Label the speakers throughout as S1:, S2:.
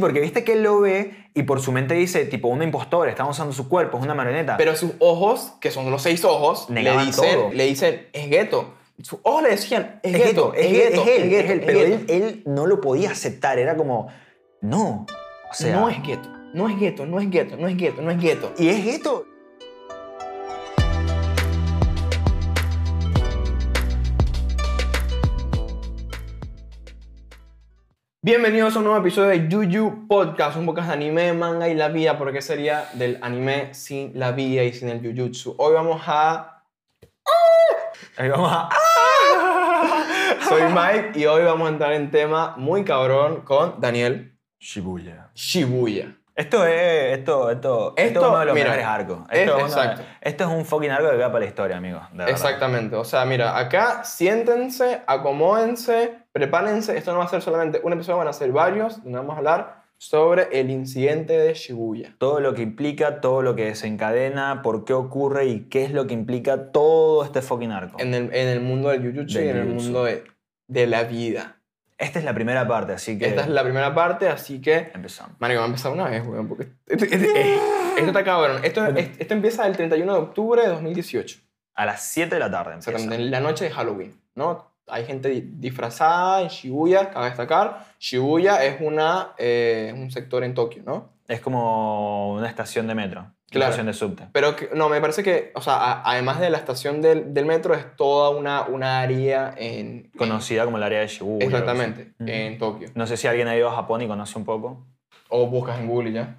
S1: Porque viste que él lo ve y por su mente dice, tipo, un impostor, están usando su cuerpo, es una marioneta.
S2: Pero sus ojos, que son los seis ojos, le
S1: Negaban todo.
S2: dicen, le dicen, es gueto. Sus ojos le decían, es
S1: es
S2: gueto, es gueto,
S1: él, es él,
S2: gueto, es
S1: Pero
S2: gueto".
S1: él, él no lo podía aceptar, era como, no. O sea,
S2: no es gueto, no es gueto, no es gueto, no es gueto, no es gueto.
S1: Y es esto.
S2: Bienvenidos a un nuevo episodio de Yuyu Podcast, un podcast de anime, manga y la vida, porque sería del anime sin la vida y sin el Jujutsu. Hoy vamos a...
S1: Ahí vamos a-
S2: Soy Mike y hoy vamos a entrar en tema muy cabrón con Daniel
S1: Shibuya.
S2: Shibuya.
S1: Esto es, esto, esto, esto,
S2: Esto,
S1: es uno de los
S2: mira,
S1: mejores arcos.
S2: es-
S1: Esto, es una-
S2: exacto.
S1: esto es un fucking arco que queda para la historia, amigos. de verdad.
S2: Exactamente, o sea, mira, acá siéntense, acomódense, prepárense, esto no va a ser solamente un episodio, van a ser varios, donde vamos a hablar sobre el incidente de Shibuya.
S1: Todo lo que implica, todo lo que desencadena, por qué ocurre y qué es lo que implica todo este fucking arco.
S2: En el, en el mundo del Jujutsu
S1: Del
S2: y en el
S1: Jujutsu.
S2: mundo de, de la vida.
S1: Esta es la primera parte, así que
S2: Esta es la primera parte, así que...
S1: empezamos.
S2: Mario, va a empezar una vez, weón, porque... Esto, esto está cabrón. Esto, es- esto empieza el 31 de octubre de 2018.
S1: A las 7 de la tarde
S2: O sea,
S1: empieza.
S2: cuando en la noche de Halloween, ¿no? Hay gente di- disfrazada en Shibuya, cabe destacar. Shibuya es una, eh, un sector en Tokio, ¿no?
S1: Es como una estación de metro, una
S2: Claro.
S1: estación de subte.
S2: Pero que- no, me parece que, o sea, a- además de la estación del, del metro, es toda una, una área en...
S1: Conocida como el área de Shibuya. o algo así.
S2: Exactamente,
S1: Ujú.
S2: en Tokio.
S1: No sé si alguien ha ido a Japón y conoce un poco.
S2: O buscas en Google y ya.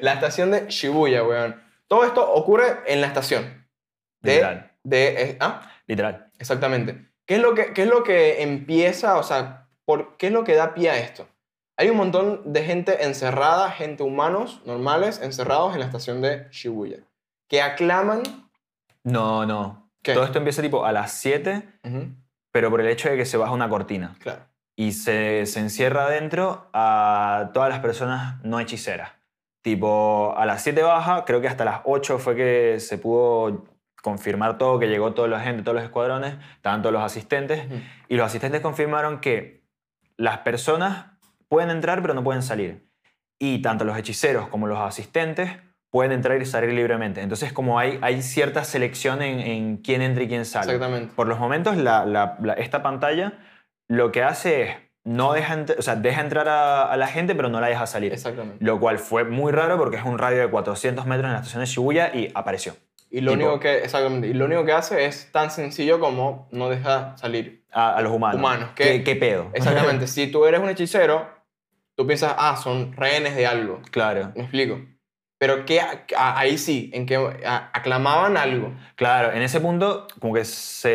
S2: la estación de Shibuya, weón. Todo esto ocurre en la estación. De,
S1: Literal.
S2: de, eh, ah,
S1: Literal.
S2: exactamente. ¿Qué es, lo que, ¿Qué es lo que empieza, o sea, por, qué es lo que da pie a esto? Hay un montón de gente encerrada, gente humanos, normales, encerrados en la estación de Shibuya, que aclaman...
S1: No, no.
S2: ¿Qué?
S1: Todo esto empieza tipo a las 7,
S2: Ujú,
S1: pero por el hecho de que se baja una cortina.
S2: claro.
S1: Y se, se encierra adentro a todas las personas no hechiceras. Tipo, a las 7 baja, creo que hasta las 8 fue que se pudo confirmar todo, que llegó toda la gente, todos los escuadrones, tanto los asistentes.
S2: Ujú.
S1: Y los asistentes confirmaron que las personas pueden entrar pero no pueden salir. Y tanto los hechiceros como los asistentes pueden entrar y salir libremente. Entonces como hay, hay cierta selección en, en quién entra y quién sale.
S2: Exactamente.
S1: Por los momentos la- la- la- esta pantalla lo que hace es no deja, entr- o sea, deja entrar a, a la gente pero no la deja salir.
S2: Exactamente.
S1: Lo cual fue muy raro porque es un radio de 400 metros en la estación de Shibuya y apareció.
S2: Y lo,
S1: Tipo-
S2: único que, exactamente, y lo único que hace es tan sencillo como no deja salir.
S1: A, a los humanos.
S2: Humanos, ¿qué?
S1: ¿Qué, qué pedo?
S2: Exactamente. si tú eres un hechicero, tú piensas, ah, son rehenes de algo.
S1: Claro.
S2: Me explico. Pero que ahí sí, en que a- aclamaban algo.
S1: Claro, en ese punto, como que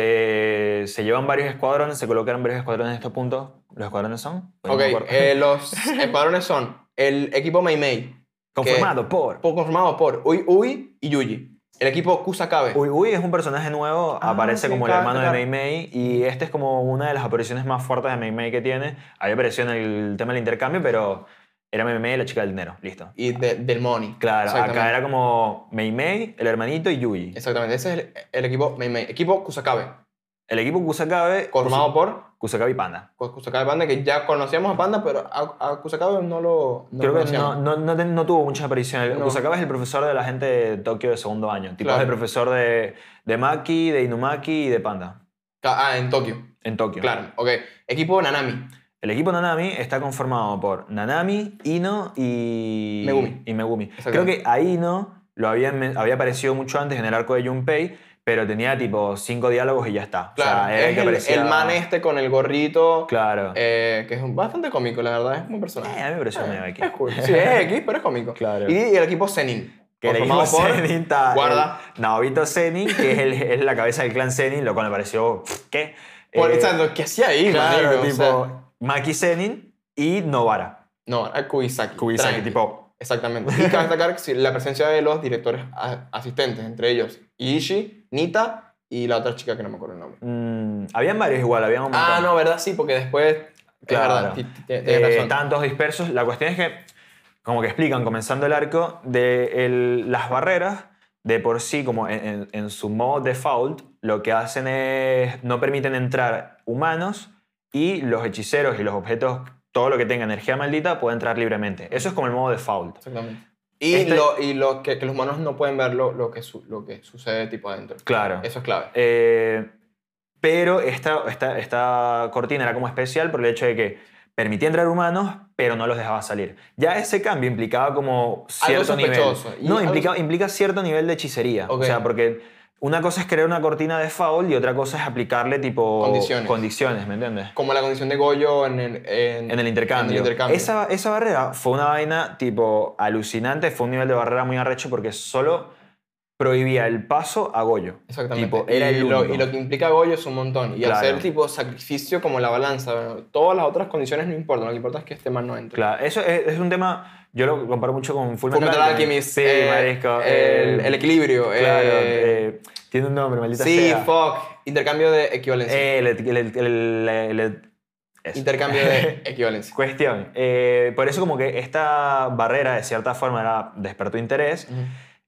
S1: se, se llevan varios escuadrones, se colocaron varios escuadrones en estos puntos. ¿Los escuadrones son? Pues no
S2: Ok,
S1: me acuerdo.
S2: eh, los escuadrones son el equipo Mei Mei,
S1: Conformado por.
S2: po- conformado por Ui Ui y Yuji. El equipo Kusakabe.
S1: Uy, Uy es un personaje nuevo,
S2: Ah,
S1: aparece
S2: sí,
S1: como el
S2: claro,
S1: hermano
S2: claro.
S1: de Mei Mei y este es como una de las apariciones más fuertes de Mei Mei que tiene. Ahí apareció en el tema del intercambio, pero era Mei Mei y la chica del dinero, listo.
S2: y de- del Money.
S1: Claro, acá
S2: Exactamente.
S1: era como Mei Mei, el hermanito y Yuji.
S2: Exactamente, ese es el, el equipo Mei Mei. Equipo Kusakabe,
S1: El equipo Kusakabe,
S2: conformado por
S1: Kusakabe y Panda.
S2: Cus- Kusakabe Panda, que ya conocíamos a Panda, pero a, a Kusakabe no lo no
S1: Creo
S2: lo
S1: que no,
S2: conocíamos.
S1: no, no, ten- no tuvo muchas apariciones.
S2: No.
S1: Kusakawa es el profesor de la gente de Tokio de segundo año. Tipo,
S2: Claro.
S1: es el profesor de, de Maki, de Inumaki y de Panda
S2: Ah, en Tokio.
S1: en Tokio.
S2: Claro, ok. Equipo Nanami.
S1: El equipo Nanami está conformado por Nanami, Ino y
S2: Megumi.
S1: Y Megumi. Creo
S2: Exactamente.
S1: que a Ino lo habían men- había aparecido mucho antes en el arco de Junpei, pero tenía tipo cinco diálogos y ya está.
S2: Claro,
S1: o sea, era
S2: es
S1: que
S2: el,
S1: aparecía-
S2: el man este con el gorrito,
S1: Claro.
S2: eh, que es un- bastante cómico, la verdad, es un buen
S1: Eh,
S2: personaje.
S1: a mí me pareció
S2: Eh,
S1: medio aquí.
S2: es cool. Sí, es X, pero es cómico.
S1: Claro.
S2: Y el equipo Zenin.
S1: Que el equipo
S2: conformado por-
S1: Zenin está.
S2: Guarda.
S1: el Naobito Zenin, que es, el- es la cabeza del clan Zenin, lo cual me pareció. pff, ¿Qué?
S2: Por,
S1: Eh,
S2: exacto, ¿qué hacía ahí,
S1: claro,
S2: marico? O
S1: tipo.
S2: sea,
S1: Maki Zenin y Novara.
S2: no, era Kuisaki.
S1: Kubisaki,
S2: tranqui.
S1: tipo.
S2: Exactamente. Y cabe destacar que sí, la presencia de los directores a- asistentes, entre ellos Ishi, Nita y la otra chica que no me acuerdo el nombre.
S1: mm, habían varios igual, habían un
S2: Ah,
S1: montón.
S2: no, ¿verdad? Sí, porque después...
S1: Claro.
S2: Es verdad, ti- ti- tienes
S1: Eh,
S2: razón.
S1: estaban todos dispersos. La cuestión es que, como que explican, comenzando el arco, de el- las barreras, de por sí, como en, en- en su modo default, lo que hacen es no permiten entrar humanos y los hechiceros y los objetos todo lo que tenga energía maldita puede entrar libremente. Eso es como el modo default.
S2: Exactamente. Y,
S1: Este-
S2: lo, y lo que, que los humanos no pueden ver lo, lo que, su- lo que sucede tipo adentro.
S1: Claro.
S2: Eso es clave.
S1: Eh, pero esta, esta, esta cortina era como especial por el hecho de que permitía entrar humanos, pero no los dejaba salir. Ya ese cambio implicaba como cierto nivel.
S2: sospechoso. Y
S1: No,
S2: algo-
S1: implica, implica cierto nivel de hechicería.
S2: Ok.
S1: O sea, porque una cosa es crear una cortina de foul y otra cosa es aplicarle tipo
S2: Condiciones.
S1: condiciones, ¿me entiendes?
S2: Como la condición de Goyo en el, en,
S1: En el intercambio.
S2: En el intercambio.
S1: Esa, esa barrera fue una vaina tipo alucinante, fue un nivel de barrera muy arrecho porque solo prohibía el paso a Goyo.
S2: Exactamente.
S1: Tipo, era
S2: y,
S1: el
S2: lo,
S1: único.
S2: y lo que implica Goyo es un montón. Y
S1: Claro.
S2: hacer tipo sacrificio como la balanza. bueno, todas las otras condiciones no importan. Lo que importa es que este man no entre.
S1: Claro, eso es, es un tema, yo lo comparo mucho con Full
S2: Fullmetal Alchemist,
S1: Sí,
S2: eh,
S1: marisco.
S2: El,
S1: eh,
S2: el equilibrio.
S1: Claro,
S2: eh,
S1: eh, tiene un nombre, maldita
S2: sí,
S1: sea.
S2: fuck. Intercambio de equivalencia.
S1: Eh, el, el- el- el- el- el- eso.
S2: Intercambio de equivalencia.
S1: Cuestión. eh, por eso como que esta barrera, de cierta forma, era, despertó interés.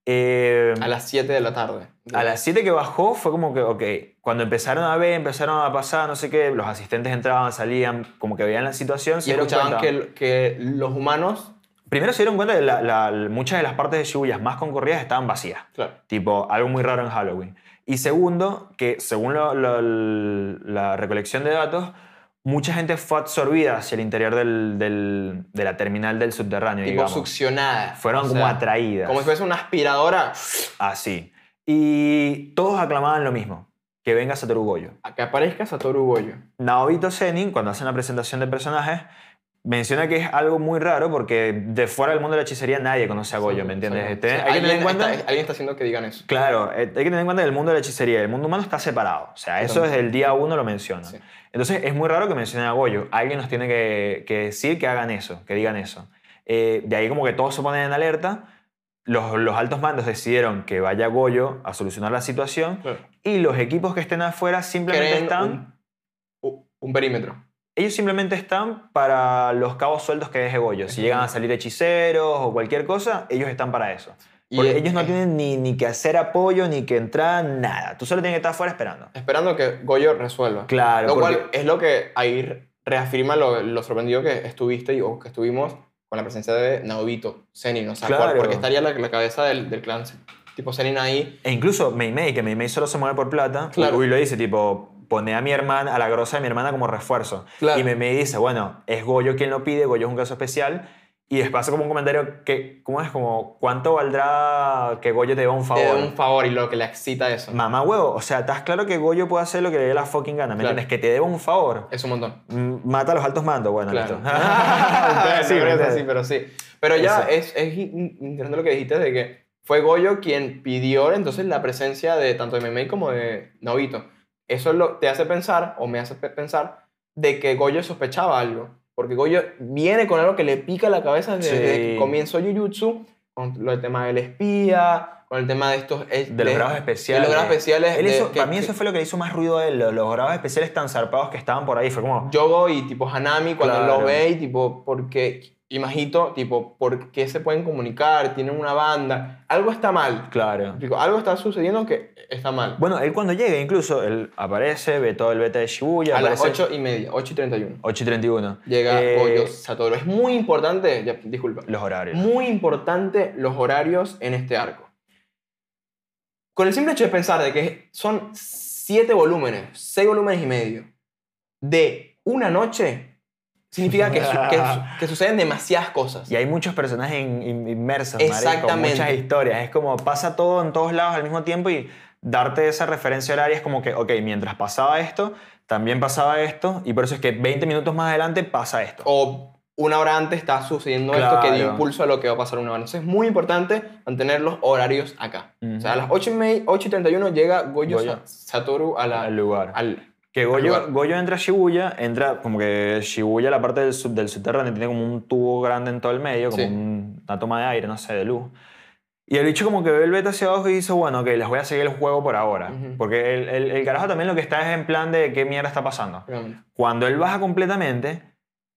S1: Eh,
S2: Mm. A las 7 de la tarde.
S1: a las 7 que bajó fue como que, ok, cuando empezaron a ver, empezaron a pasar, no sé qué, los asistentes entraban, salían, como que veían la situación, se
S2: Y
S1: dieron
S2: escuchaban
S1: cuenta.
S2: que, que los humanos.
S1: Primero se dieron cuenta que la- la- muchas de las partes de Shibuya más concorridas estaban vacías.
S2: Claro.
S1: Tipo, algo muy raro en Halloween. Y segundo, que según lo- lo- la recolección de datos, mucha gente fue absorbida hacia el interior del- del- de la terminal del subterráneo,
S2: Tipo
S1: digamos.
S2: succionadas.
S1: Fueron
S2: O
S1: como
S2: sea,
S1: atraídas.
S2: Como si fuese una aspiradora.
S1: Así. Y todos aclamaban lo mismo, que venga Satoru Goyo.
S2: A que aparezca Satoru Goyo.
S1: Naobito Senin, cuando hace una presentación de personajes, menciona que es algo muy raro porque de fuera del mundo de la hechicería nadie conoce a Goyo, ¿me entiendes?
S2: Exacto.
S1: Este-
S2: O sea,
S1: hay que tener
S2: alguien
S1: en cuenta...
S2: está- alguien está haciendo que digan eso.
S1: Claro, eh, hay que tener en cuenta que el mundo de la hechicería y el mundo humano está separado. O sea, eso
S2: Totalmente.
S1: desde el día uno lo mencionan.
S2: Sí.
S1: Entonces es muy raro que mencionen a Goyo. Alguien nos tiene que, que decir que hagan eso, que digan eso. Eh, de ahí como que todos se ponen en alerta. Los, los altos mandos decidieron que vaya Goyo a solucionar la situación y los equipos que estén afuera simplemente
S2: Creen
S1: están...
S2: un, u- un perímetro.
S1: Ellos simplemente están para los cabos sueltos que deje Goyo. Si llegan a salir hechiceros o cualquier cosa, ellos están para eso.
S2: Y
S1: Porque
S2: eh,
S1: ellos no
S2: eh,
S1: tienen ni, ni que hacer apoyo, ni que entrar, nada. Tú solo tienes que estar afuera esperando.
S2: Esperando que Goyo resuelva.
S1: Claro,
S2: lo cual
S1: porque-
S2: es lo que ahí re- reafirma lo, lo sorprendido que estuviste y, o que estuvimos con la presencia de Naobito, Zenin. O sea, por-
S1: Claro.
S2: porque estaría la, la cabeza del, del clan tipo Zenin ahí.
S1: E incluso Meimei, que Meimei solo se mueve por plata,
S2: Claro.
S1: Uy lo dice, tipo, pone a mi hermana, a la grosa de mi hermana como refuerzo.
S2: Claro.
S1: Y Meimei dice, bueno, es Goyo quien lo pide, Goyo es un caso especial. Y después hace como un comentario que, ¿cómo es? Como, ¿cuánto valdrá que Goyo te deba un
S2: Te
S1: favor?
S2: da un favor y lo que le excita eso.
S1: Mamá huevo, o sea, estás claro que Goyo puede hacer lo que le dé la fucking gana, ¿me
S2: Claro.
S1: entiendes? Que te deba un favor.
S2: Es un montón.
S1: Mm, Mata a los altos mandos, bueno,
S2: Claro.
S1: listo.
S2: Entonces,
S1: Sí,
S2: no
S1: ¿me
S2: creo que
S1: entiendes?
S2: sí, pero sí. Pero ya es, es in- interesante lo que dijiste de que fue Goyo quien pidió entonces la presencia de tanto de Memei como de Novito. Eso lo, te hace pensar, o me hace pe- pensar, de que Goyo sospechaba algo. Porque Goyo viene con algo que le pica la cabeza desde,
S1: Sí.
S2: desde que comenzó Jujutsu, con lo- el tema del espía, con el tema de estos... eh,
S1: De los grados especiales.
S2: De los grados especiales.
S1: Él
S2: de-
S1: hizo-
S2: que-
S1: para mí
S2: que-
S1: eso fue lo que hizo más ruido a él, lo- los grados especiales tan zarpados que estaban por ahí. Fue como,
S2: Yogo y tipo Hanami cuando
S1: Claro.
S2: lo ve y tipo porque y Majito tipo por qué se pueden comunicar tienen una banda algo está mal
S1: claro.
S2: Explico, algo está sucediendo que está mal
S1: Bueno, él cuando llega incluso, él aparece, ve todo el beta de Shibuya.
S2: a las
S1: aparece-
S2: 8 y media 8 y 31
S1: 8 y 31.
S2: llega
S1: Eh,
S2: Goyo Satoru es muy importante ya, disculpa
S1: Los horarios.
S2: muy importante los horarios en este arco con el simple hecho de pensar de que son 7 volúmenes 6 volúmenes y medio de una noche significa que, su- que su- que suceden demasiadas cosas
S1: Y hay muchos personajes in- in- inmersos, marico,
S2: Exactamente.
S1: muchas historias. Es como pasa todo en todos lados al mismo tiempo y darte esa referencia horaria es como que, ok, mientras pasaba esto, también pasaba esto, y por eso es que 20 minutos más adelante pasa esto.
S2: o una hora antes está sucediendo esto que dio
S1: Claro.
S2: impulso a lo que va a pasar una hora. Entonces es muy importante mantener los horarios acá. O sea, a las 8 y, media- 8 y 31 llega Goyo,
S1: Goyo.
S2: Sa- Satoru a la,
S1: al lugar.
S2: al-
S1: que
S2: lugar.
S1: Goyo, Goyo entra a Shibuya, entra como que Shibuya, la parte del, sub- del subterráneo, tiene como un tubo grande en todo el medio, como
S2: Sí.
S1: un- una toma de aire, no sé, de luz. Y el bicho como que ve el beta hacia abajo y dice, bueno, ok, les voy a seguir el juego por ahora.
S2: Ujú.
S1: Porque el, el- el carajo también lo que está es en plan de qué mierda está pasando. Cuando él baja completamente,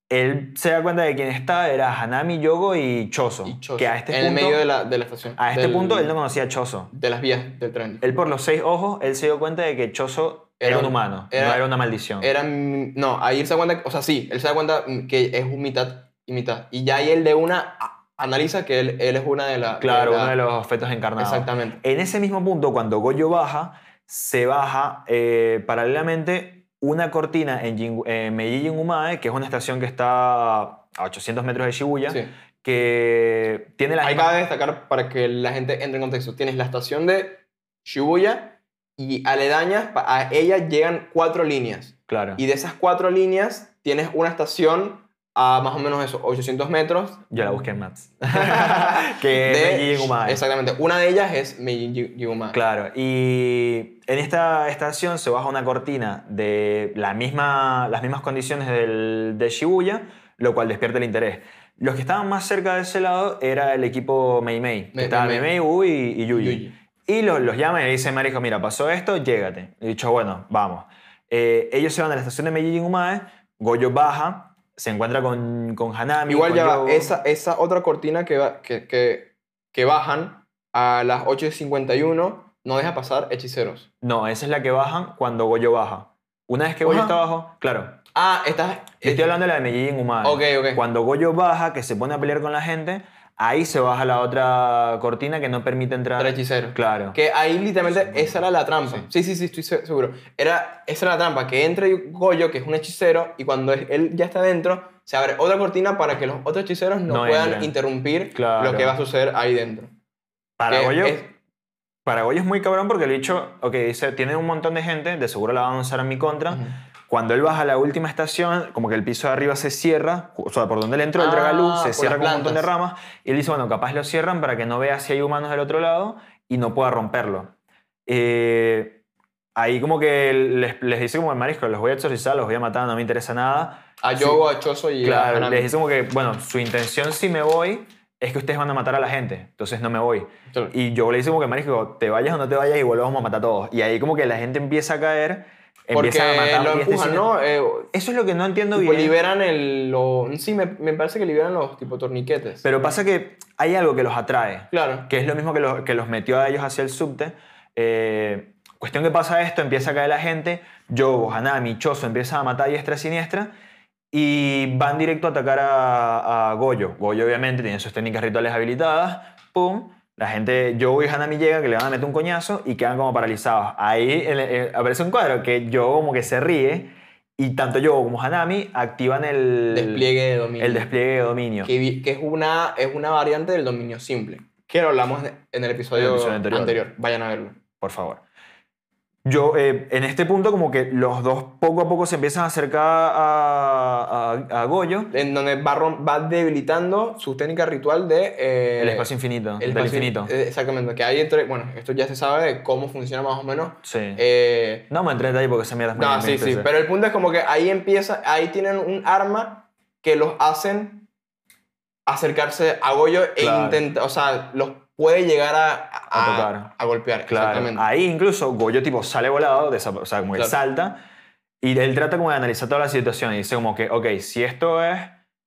S1: él se da cuenta de quién está era Hanami, Yogo y Chozo.
S2: y Chozo,
S1: Que a este
S2: en
S1: punto,
S2: el medio de la, de la estación.
S1: a este
S2: del-
S1: punto él no conocía a Chozo. Eh,
S2: De las vías del tren.
S1: Él por los seis ojos, él se dio cuenta de que Chozo Era,
S2: Era
S1: un
S2: un-
S1: humano, no
S2: era-
S1: era una maldición.
S2: Era. mm, No, ahí él se da cuenta. O sea, sí, él se da cuenta mm, que es un mitad y mitad. Y ya ahí él de una a- analiza que él, él es una de las.
S1: claro,
S2: de la-
S1: uno de los fetos encarnados.
S2: Exactamente.
S1: En ese mismo punto, cuando Goyo baja, se baja eh, paralelamente una cortina en, Jingu- en Meiji Umae, que es una estación que está a 800 metros de Shibuya,
S2: Sí.
S1: que tiene la
S2: Ahí
S1: misma-
S2: cabe destacar para que la gente entre en contexto. Tienes la estación de Shibuya y aledañas, pa- a ella llegan cuatro líneas.
S1: Claro.
S2: Y de esas cuatro líneas tienes una estación a más o menos esos 800 metros.
S1: Yo la busqué en Maps. que es
S2: de-
S1: Meiji Umae.
S2: Exactamente. Una de ellas es Meiji Yuma.
S1: Claro, y en esta estación se baja una cortina de la misma, las mismas condiciones del, de Shibuya, lo cual despierta el interés. Los que estaban más cerca de ese lado era el equipo Mei Mei. que
S2: Me-
S1: estaba
S2: Mei
S1: Mei Mei,
S2: Mei.
S1: Wu y, y Yuji. Y los, los llama y le dice, marico, mira, pasó esto, llégate. Y dicho, bueno, vamos. Eh, ellos se van a la estación de Meiji Umae, Goyo baja, se encuentra con, con Hanami.
S2: Igual
S1: con
S2: ya va,
S1: Yogo.
S2: esa, esa otra cortina que, va- que, que, que bajan a las 8.51 no deja pasar hechiceros.
S1: No, esa es la que bajan cuando Goyo baja. Una vez que Goyo
S2: Ajá.
S1: está abajo, claro,
S2: Ah, estás...
S1: Yo estoy hablando de la de Medellín Humana.
S2: Ok, ok.
S1: Cuando Goyo baja, que se pone a pelear con la gente, ahí se baja la otra cortina que no permite entrar.
S2: Tres hechiceros.
S1: Claro.
S2: Que ahí literalmente
S1: Seguro.
S2: esa era la trampa. Sí, sí, sí, estoy se- seguro. Era, esa era la trampa, que entra Goyo, que es un hechicero, y cuando es- él ya está dentro, se abre otra cortina para que los otros hechiceros no,
S1: No
S2: puedan
S1: entren.
S2: interrumpir
S1: Claro.
S2: lo que va a suceder ahí dentro.
S1: Para
S2: Que
S1: Goyo,
S2: es-
S1: para Goyo es muy cabrón porque el bicho, ok, dice, tiene un montón de gente, de seguro la van a usar en mi contra.
S2: Ujú.
S1: Cuando él baja a la última estación, como que el piso de arriba se cierra, o sea, por donde él entró, el
S2: Ah,
S1: tragaluz,
S2: por
S1: se
S2: las
S1: cierra con un montón de
S2: plantas.
S1: ramas, y él dice, bueno, capaz lo cierran para que no vea si hay humanos del otro lado y no pueda romperlo. Eh, ahí como que les, les dice como el marisco, los voy a exorcizar, los voy a matar, no me interesa nada.
S2: a Yogo, a Choso y a
S1: Claro,
S2: Hanami.
S1: les dice como que, bueno, su intención si me voy es que ustedes van a matar a la gente, entonces no me voy.
S2: Entonces,
S1: Y yo le dice como que, marisco, te vayas o no te vayas, igual lo vamos a matar a todos. Y ahí como que la gente empieza a caer,
S2: Porque
S1: empieza a matar
S2: lo
S1: diestra y este
S2: empujan,
S1: siniestra.
S2: ¿no? Eh,
S1: Eso es lo que no entiendo
S2: tipo,
S1: bien.
S2: liberan el... lo- sí, me, me parece que liberan los tipo torniquetes.
S1: Pero pasa que hay algo que los atrae,
S2: claro.
S1: que es lo mismo que, los- que los metió a ellos hacia el subte. Eh, cuestión que pasa esto, empieza a caer la gente, Yogo, Hanami, Choso empiezan a matar a diestra y siniestra y van directo a atacar a, a Goyo. Goyo obviamente tiene sus técnicas rituales habilitadas, pum. La gente, Yogo y Hanami llegan, que le van a meter un coñazo y quedan como paralizados. Ahí el- el- aparece un cuadro que Yogo como que se ríe y tanto Yogo como Hanami activan el
S2: Despliegue de dominio.
S1: el despliegue de dominio.
S2: que, vi- que es, una, es una variante del dominio simple, que lo hablamos de- en el episodio,
S1: En el episodio anterior.
S2: anterior. Vayan a verlo.
S1: por favor. Yo, eh, en este punto, como que los dos poco a poco se empiezan a acercar a, a- a Goyo,
S2: En donde va, rom- va debilitando su técnica ritual de... eh,
S1: el espacio infinito,
S2: el
S1: del
S2: espacio-
S1: infinito.
S2: eh, exactamente, que hay entre... Bueno, esto ya se sabe de cómo funciona más o menos.
S1: sí.
S2: eh,
S1: no me entré en detalle porque esa mierda es muy-
S2: no,
S1: muy
S2: sí, sí,
S1: extensa.
S2: pero el punto es como que ahí empieza, ahí tienen un arma que los hacen acercarse a Goyo
S1: Claro.
S2: e intenta, o sea, los puede llegar a,
S1: A tocar.
S2: a golpear.
S1: Claro, Ah,
S2: Exactamente.
S1: ahí incluso Goyo tipo sale volado, desapa- o sea, como que
S2: Claro.
S1: salta, y él trata como de analizar toda la situación y dice como que, ok, si esto es,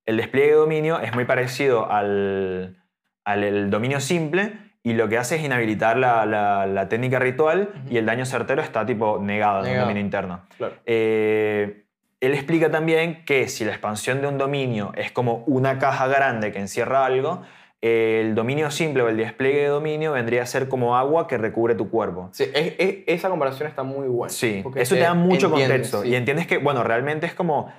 S1: el despliegue de dominio es muy parecido al, al el dominio simple, y lo que hace es inhabilitar la, la- la técnica ritual
S2: Ujú.
S1: y el daño certero está tipo negado, en el
S2: Negado.
S1: dominio interno.
S2: Claro.
S1: Eh, él explica también que si la expansión de un dominio es como una caja grande que encierra algo, el dominio simple o el despliegue de dominio vendría a ser como agua que recubre tu cuerpo.
S2: Sí, es- es- esa comparación está muy buena.
S1: Sí,
S2: porque
S1: eso te da mucho
S2: eh, entiendes,
S1: contexto.
S2: sí.
S1: Y entiendes que, bueno, realmente es como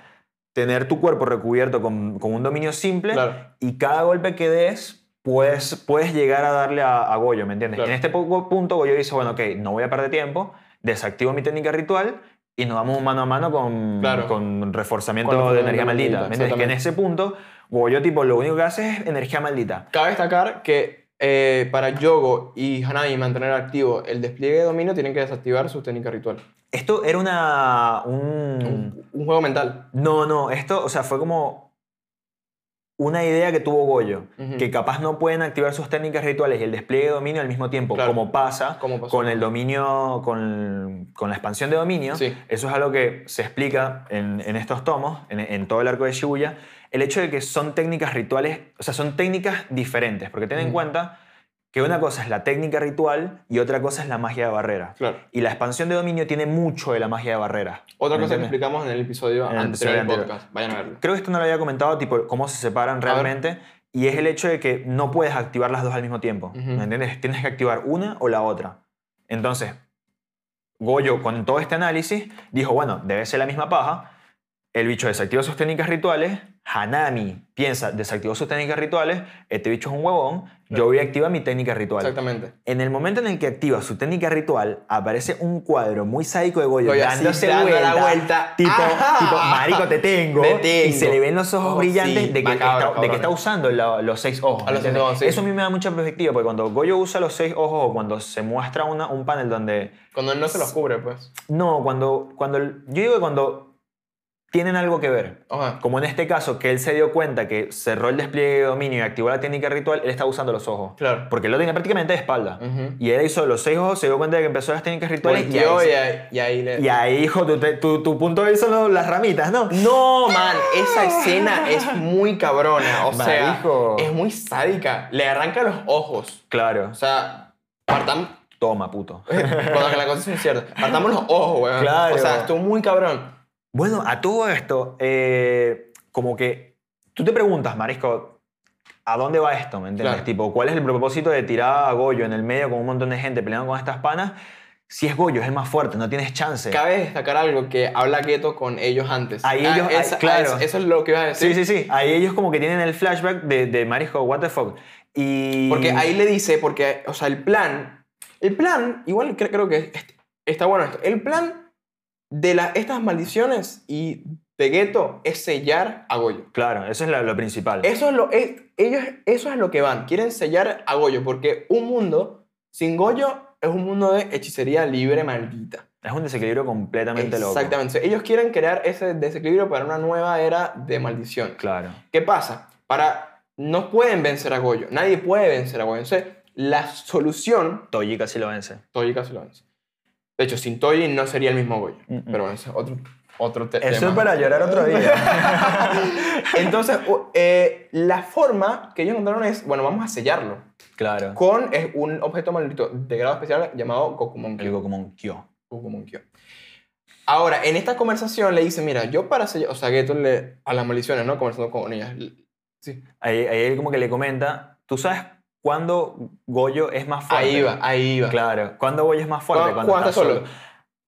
S1: tener tu cuerpo recubierto con, con un dominio simple
S2: Claro.
S1: y cada golpe que des puedes, puedes llegar a darle a, a Goyo, ¿me entiendes?
S2: Claro.
S1: En este po- punto Goyo dice, bueno, ok, no voy a perder tiempo, desactivo mi técnica ritual y nos damos un mano a mano con,
S2: Claro.
S1: con reforzamiento
S2: Con
S1: de
S2: reforzamiento
S1: energía maldita.
S2: maldita,
S1: ¿me entiendes? Que en ese punto Goyo tipo lo único que hace es energía maldita.
S2: Cabe destacar que eh, para Yogo y Hanami mantener activo el despliegue de dominio, tienen que desactivar su técnica ritual.
S1: Esto era una... un-
S2: Un, un juego mental.
S1: No, no, esto, o sea, fue como una idea que tuvo Goyo,
S2: Ujú.
S1: que capaz no pueden activar sus técnicas rituales y el despliegue de dominio al mismo tiempo,
S2: Claro.
S1: como pasa
S2: Como pasó.
S1: con el dominio, con, con la expansión de dominio.
S2: Sí.
S1: Eso es algo que se explica en, en estos tomos, en, en todo el arco de Shibuya,
S2: Mm.
S1: el hecho de que son técnicas rituales, o sea, son técnicas diferentes, porque ten en
S2: Ujú.
S1: cuenta Que una cosa es la técnica ritual y otra cosa es la magia de barrera.
S2: Claro.
S1: Y la expansión de dominio tiene mucho de la magia de barrera.
S2: Otra
S1: ¿me
S2: cosa que
S1: entiendes?
S2: explicamos en el episodio
S1: En el
S2: anterior
S1: episodio
S2: del
S1: anterior.
S2: podcast. Vayan a verlo.
S1: Creo que esto no lo había comentado, tipo, cómo se separan
S2: ver.
S1: realmente. Y es el hecho de que no puedes activar las dos al mismo tiempo.
S2: Ujú.
S1: ¿Me entiendes? Tienes que activar una o la otra. Entonces, Goyo, con todo este análisis, dijo, bueno, debe ser la misma paja. El bicho desactivó sus técnicas rituales. Hanami piensa, desactivó sus técnicas rituales. Este bicho es un huevón. Yo voy a activar mi técnica ritual.
S2: Exactamente.
S1: En el momento en el que activa su técnica ritual, aparece un cuadro muy sádico de Goyo,
S2: Goyo, así,
S1: dándose
S2: dando
S1: vuelta,
S2: la vuelta.
S1: Tipo,
S2: ¡Ajá!
S1: tipo, marico, te tengo.
S2: Te tengo.
S1: Y se le ven los ojos
S2: Oh,
S1: brillantes
S2: sí,
S1: de, que
S2: macabro,
S1: está, de que está
S2: cabrones.
S1: usando lo- los seis ojos.
S2: A los
S1: ¿entiendes?
S2: ojos, sí.
S1: Eso a mí me da mucha perspectiva, porque cuando Goyo usa los seis ojos o cuando se muestra una- un panel donde...
S2: Cuando no se los cubre, pues.
S1: No, cuando, cuando... el- Yo digo que cuando tienen algo que ver.
S2: Ajá.
S1: Como en este caso, que él se dio cuenta que cerró el despliegue de dominio y activó la técnica ritual, él está usando los ojos.
S2: Claro.
S1: Porque él lo tenía prácticamente de espalda.
S2: Ujú.
S1: Y él hizo los seis ojos, se dio cuenta de que empezó las técnicas rituales y
S2: Volteó
S1: ahí,
S2: y ahí, y ahí le...
S1: y ahí, hijo, tu, te- tu, tu punto de vista son los- las ramitas, ¿no?
S2: No, man, esa escena es muy cabrona. O sea,
S1: Marico.
S2: es muy sádica. Le arranca los ojos.
S1: Claro.
S2: O sea, partamos.
S1: Toma, puto.
S2: Cuando la cosa es incierta. Partamos los ojos, weón.
S1: Claro.
S2: O sea, estuvo muy cabrón.
S1: Bueno, a todo esto, eh, como que tú te preguntas, Marisco, ¿a dónde va esto? ¿Me entiendes?
S2: Claro.
S1: Tipo, ¿cuál es el propósito de tirar a Goyo en el medio con un montón de gente peleando con estas panas? Si es Goyo, es el más fuerte, no tienes chance.
S2: Cabe destacar algo que habla Keto con ellos antes.
S1: Ahí ellos- ahí-
S2: esa-
S1: claro.
S2: ah, Eso es lo que ibas a decir.
S1: Sí, sí, sí. Ahí ellos como que tienen el flashback de, de Marisco, what the fuck. Y...
S2: Porque ahí le dice, porque, o sea, el plan, el plan, igual cre- creo que est- está bueno esto, el plan de la, estas maldiciones y de Gueto es sellar a Goyo.
S1: Claro, eso es la- lo principal.
S2: Eso es lo, e- ellos, eso es lo que van, quieren sellar a Goyo, porque un mundo sin Goyo es un mundo de hechicería libre maldita.
S1: Es un desequilibrio completamente loco.
S2: Exactamente, ellos quieren crear ese desequilibrio para una nueva era de maldición.
S1: Claro.
S2: ¿Qué pasa? Para, no pueden vencer a Goyo, nadie puede vencer a Goyo. Entonces, la solución
S1: Toji casi lo vence.
S2: Toyi casi lo vence. De hecho, sin Toyi no sería el mismo Goyo.
S1: Mm-mm.
S2: Pero bueno, ese es otro, otro te- tema.
S1: Eso es para llorar otro día.
S2: Entonces, u- eh, la forma que ellos encontraron es, bueno, vamos a sellarlo.
S1: claro.
S2: Con es un objeto maldito de grado especial llamado Gokumonkyo.
S1: El Gokumon Kyo.
S2: Gokumonkyo. Ahora, en esta conversación le dice, mira, yo para sellar, o sea, Geto le, a las maldiciones, ¿no? Conversando con ellas.
S1: Ahí, ahí él como que le comenta, ¿tú sabes cuándo Goyo es más fuerte?
S2: Ahí va, ahí va.
S1: Claro, ¿cuándo Goyo es más fuerte?
S2: Cuando- cuando está solo.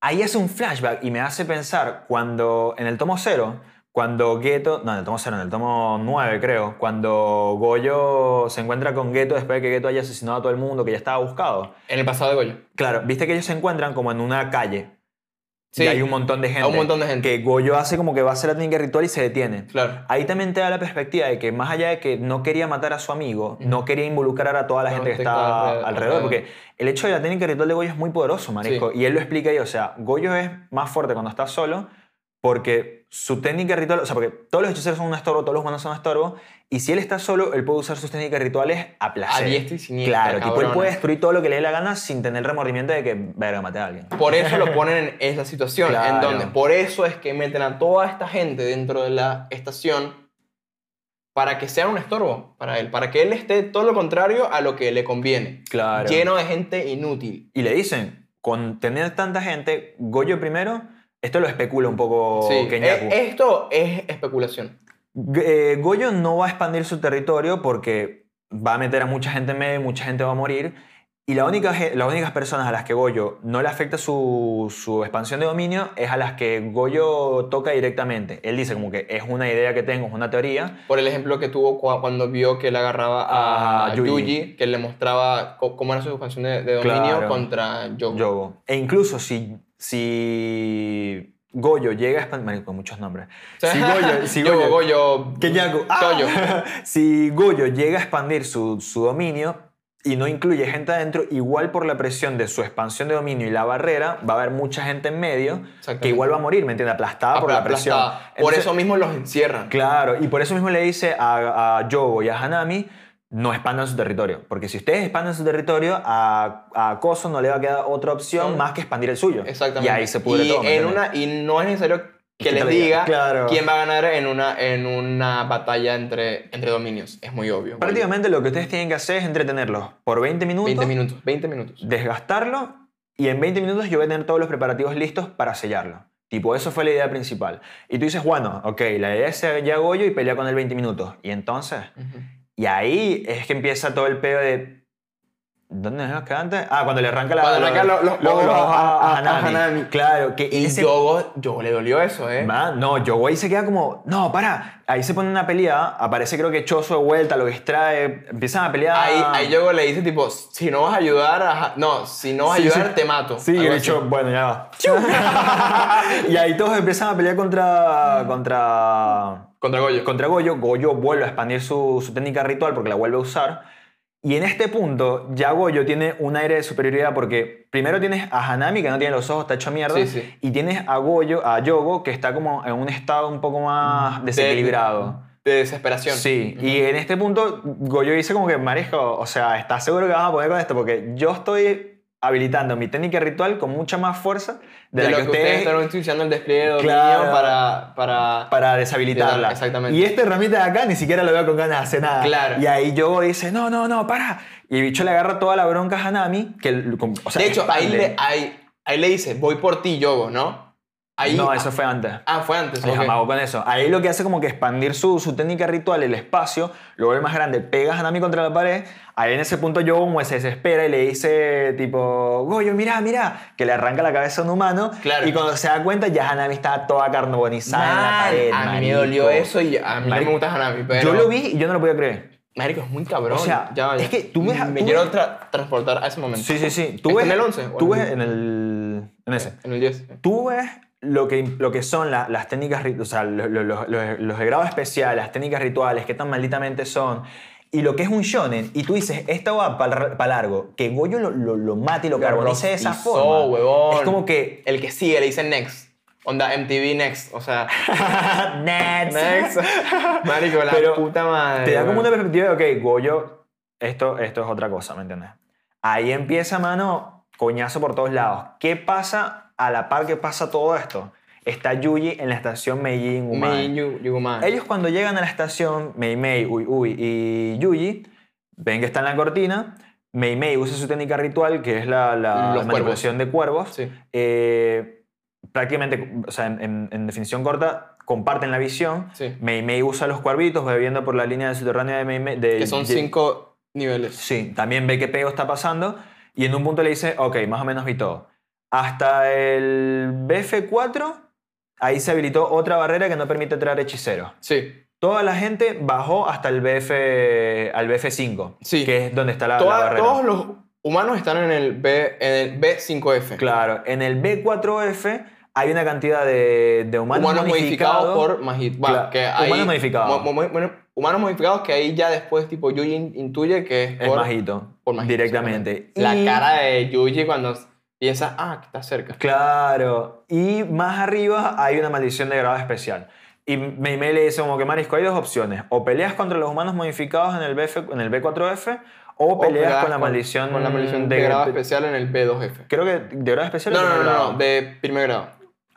S1: Ahí hace un flashback y me hace pensar cuando, en el tomo 0, cuando Geto, no, en el tomo 0, en el tomo 9 creo, cuando Goyo se encuentra con Geto después de que Geto haya asesinado a todo el mundo, que ya estaba buscado.
S2: En el pasado de Goyo.
S1: Claro, viste que ellos se encuentran como en una calle.
S2: Sí.
S1: y hay un montón de gente.
S2: un montón de gente.
S1: Que Goyo hace como que va a hacer la técnica ritual y se detiene.
S2: Claro.
S1: Ahí también te da la perspectiva de que más allá de que no quería matar a su amigo, no quería involucrar a toda la
S2: No,
S1: gente que
S2: te
S1: estaba
S2: estaba
S1: alrededor,
S2: alrededor,
S1: porque el hecho de la técnica ritual de Goyo es muy poderoso, marisco, y él lo explica ahí, o sea, Goyo es más fuerte cuando está solo porque su técnica ritual, o sea, porque todos los hechiceros son un estorbo, todos los humanos son un estorbo, y si él está solo, él puede usar sus técnicas rituales a
S2: A
S1: placer.
S2: diestra y siniestra.
S1: claro, tipo, él
S2: cabrones.
S1: puede destruir todo lo que le dé la gana sin tener remordimiento de que, verga, maté a alguien.
S2: Por eso lo ponen en esa situación, en
S1: Claro.
S2: donde por eso es que meten a toda esta gente dentro de la estación para que sea un estorbo para él, para que él esté todo lo contrario a lo que le conviene,
S1: Claro.
S2: lleno de gente inútil.
S1: Y le dicen, con tener tanta gente, Goyo primero, esto lo especula un poco
S2: Sí,
S1: Kenyaku.
S2: e- esto es especulación.
S1: G- eh, Goyo no va a expandir su territorio porque va a meter a mucha gente en medio y mucha gente va a morir. Y la única, ge- las únicas personas a las que Goyo no le afecta su, su expansión de dominio es a las que Goyo toca directamente. Él dice como que es una idea que tengo, es una teoría.
S2: Por el ejemplo que tuvo cua- cuando vio que le agarraba a,
S1: A Ah, Yuji.
S2: Yuji. que le mostraba co- cómo era su expansión de, de dominio
S1: Claro.
S2: contra Yogo.
S1: Yogo. E incluso si, si Goyo llega a expandir... Con muchos nombres. Si Goyo... Si
S2: Yogo,
S1: Goyo-
S2: Goyo,
S1: Kenyaku. ¡Ah!
S2: Toyo.
S1: si Goyo llega a expandir su, su dominio y no incluye gente adentro, igual por la presión de su expansión de dominio y la barrera, va a haber mucha gente en medio que
S2: Exactamente.
S1: igual va a morir, ¿me entiendes? Aplastada por la presión.
S2: Ah, aplastada. Por
S1: Entonces,
S2: eso mismo los encierran.
S1: Claro, y por eso mismo le dice a, a Yogo y a Hanami, no expandan su territorio. Porque si ustedes expanden su territorio, a, a Koso no le va a quedar otra opción
S2: No.
S1: más que expandir el suyo.
S2: Exactamente.
S1: Y ahí se pudre
S2: y
S1: todo. ¿me
S2: En
S1: entiendes?
S2: una, y no es necesario que
S1: te
S2: les
S1: lo
S2: diga
S1: Claro.
S2: quién va a ganar en una, en una batalla entre, entre dominios. Es muy obvio. güey.
S1: Prácticamente lo que ustedes tienen que hacer es entretenerlos por 20 minutos,
S2: 20 minutos. 20 minutos.
S1: desgastarlo y en 20 minutos yo voy a tener todos los preparativos listos para sellarlo. Tipo, eso fue la idea principal. Y tú dices, bueno, ok, la idea es sellar a Goyo y pelear con él 20 minutos. Y entonces,
S2: Ujú.
S1: y ahí es que empieza todo el peo de... ¿Dónde nos quedamos antes? Ah, cuando le arranca la...
S2: Cuando
S1: lo-
S2: arranca lo- los
S1: lo-
S2: ojos
S1: los ojos
S2: a- a- a Hanami.
S1: Claro, que
S2: Y
S1: ese
S2: Yogo, Yogo le dolió eso, ¿eh?
S1: Ma, no, Yogo ahí se queda como, no, para. Ahí se pone una pelea, aparece creo que Chozo de vuelta, lo distrae, empiezan a pelear.
S2: Ahí, ahí Yogo le dice, tipo, si no vas a ayudar, a... Ha- no, si no vas a
S1: Sí,
S2: ayudar,
S1: sí.
S2: te mato.
S1: Sí,
S2: Algo
S1: el
S2: así.
S1: bicho, bueno, ya va. y ahí todos empiezan a pelear
S2: Mm.
S1: contra, contra,
S2: Contra Goyo.
S1: contra Goyo. Goyo vuelve a expandir su, su técnica ritual porque la vuelve a usar. Y en este punto, ya Goyo tiene un aire de superioridad porque primero tienes a Hanami, que no tiene los ojos, está hecho mierda.
S2: Sí, sí.
S1: Y tienes a Goyo, a Yogo, que está como en un estado un poco más
S2: De-
S1: desequilibrado.
S2: De, desesperación.
S1: Sí,
S2: Ujú.
S1: y en este punto Goyo dice como que, marisco, o sea, ¿estás seguro que vas a poder con esto? Porque yo estoy habilitando mi técnica ritual con mucha más fuerza de,
S2: de,
S1: la
S2: lo
S1: que ustedes
S2: están utilizando el despliegue de dominio
S1: Claro.
S2: para, para...
S1: para deshabilitarla.
S2: Exactamente.
S1: Y este herramienta de acá ni siquiera lo veo con ganas de hacer nada.
S2: Claro.
S1: Y ahí Yogo dice, no, no, no, para. Y el bicho le agarra toda la bronca a Hanami. Que, el- con- o sea,
S2: de hecho, ahí
S1: expande.
S2: le, ahí, ahí le dice, voy por ti, Yogo, ¿no? Ahí,
S1: No, eso fue antes.
S2: Ah, fue antes.
S1: Les
S2: ok.
S1: amago con eso. Ahí lo que hace como que expandir su, su técnica ritual, el espacio, lo vuelve más grande, pega a Hanami contra la pared. Ahí en ese punto yo como se desespera y le dice tipo, Goyo, mira, mira, que le arranca la cabeza a un humano.
S2: Claro.
S1: Y cuando se da cuenta ya Hanami está toda carbonizada en la
S2: Man,
S1: pared.
S2: a mí me
S1: marico.
S2: dolió eso y a mí no
S1: Marico.
S2: me gusta Hanami, pero...
S1: Yo lo vi y yo no lo podía creer.
S2: Marico, es muy
S1: O
S2: cabrón.
S1: sea,
S2: Ya va, ya.
S1: es que tú ves a-
S2: Me
S1: tú
S2: quiero
S1: ves-
S2: tra- transportar a ese momento.
S1: Sí, sí, sí.
S2: ¿Está
S1: Tú ves,
S2: en el 11 o
S1: Tú
S2: en el-
S1: ves en el... En ese.
S2: En el 10.
S1: Tú ves lo que, lo que son la- las técnicas, rit- o sea, lo- lo- lo- los, los de grado especial, las técnicas rituales, qué tan malditamente son, y lo que es un shonen, y tú dices, esto va para largo, que Goyo lo, lo, lo mate y lo,
S2: Lo
S1: carbonice de esa
S2: rostizó,
S1: forma.
S2: huevón.
S1: Es como que.
S2: El que sigue le dice next. Onda MTV next. O sea,
S1: Next.
S2: next. Marico, la
S1: Pero
S2: puta madre.
S1: Te da como
S2: weón.
S1: una perspectiva de, ok, Goyo, esto, esto es otra cosa, ¿me entiendes? Ahí empieza, mano, coñazo por todos lados. ¿Qué pasa a la par que pasa todo esto? Está Yuji en la estación Meijin Umai.
S2: Me you, you man.
S1: Ellos cuando llegan a la estación, Mei Mei, Uy Uy y Yuji, ven que está en la cortina. Mei Mei usa su técnica ritual, que es la, la
S2: Los
S1: manipulación de cuervos.
S2: Sí.
S1: Eh, prácticamente, o sea, en, en- en definición corta, comparten la visión.
S2: Sí.
S1: Mei Mei usa los cuervitos, va viendo por la línea del subterráneo de Mei Mei. de-
S2: Que son
S1: de-
S2: cinco niveles.
S1: Sí, también ve qué pego está pasando. Y en un punto le dice, ok, más o menos vi todo. Hasta el BF4, ahí se habilitó otra barrera que no permite traer hechiceros.
S2: Sí.
S1: Toda la gente bajó hasta el BF, al BF5,
S2: Sí.
S1: que es donde está Ah, la, la
S2: Toda-
S1: barrera.
S2: todos los humanos están en el, B, en el B5F.
S1: Claro, en el B4F hay una cantidad de, de humanos, modificados.
S2: por Majid. Va,
S1: Claro,
S2: que ahí-
S1: humanos modificados.
S2: mo- mo- mo- humanos modificados que ahí ya después, tipo, Yuji in- intuye que es,
S1: Es
S2: por,
S1: majito,
S2: por Majid,
S1: directamente.
S2: La
S1: Y-
S2: cara de Yuji cuando piensa, ah, que está cerca.
S1: Claro, y más arriba hay una maldición de grado especial. Y Mei Mei le dice como que, Marisco, hay dos opciones. O peleas contra los humanos modificados en el, BF, en el B4F, o
S2: O
S1: peleas, con la maldición
S2: Con la maldición de, grado especial en el B2F.
S1: Creo que de grado especial. o
S2: No, no,
S1: primer
S2: no,
S1: grado.
S2: no, no, de primer grado.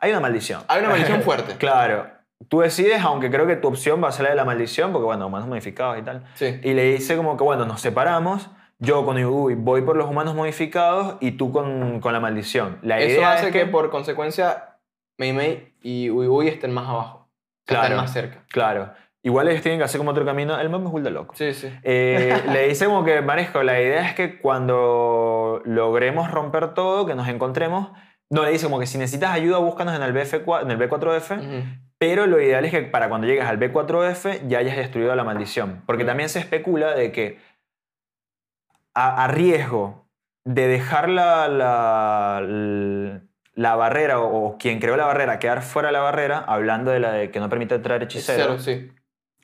S1: Hay una maldición.
S2: Hay una maldición fuerte.
S1: Claro. Tú decides, aunque creo que tu opción va a ser la de la maldición, porque bueno, humanos modificados y tal.
S2: Sí.
S1: Y le dice como que, bueno, nos separamos. Yo con Ibui voy por los humanos modificados y tú con, con la maldición. La
S2: Eso
S1: idea
S2: hace
S1: es
S2: que, por consecuencia, Mei Mei y Uy Uy estén más abajo. O sea, Estén
S1: Claro.
S2: más cerca.
S1: Claro. Igual ellos tienen que hacer como otro camino. El mapa es de loco.
S2: Sí, sí.
S1: Eh, le dice como que, Marisco, la idea es que cuando logremos romper todo, que nos encontremos... No, le dice como que si necesitas ayuda, búscanos en el, BF4, en el B4F.
S2: Ujú.
S1: Pero lo ideal es que para cuando llegues al B4F ya hayas destruido la maldición. Porque también se especula de que a, a riesgo de dejar la, la, la barrera o, o quien creó la barrera quedar fuera de la barrera, hablando de la de que no permite traer
S2: Cero,
S1: hechiceros,
S2: sí.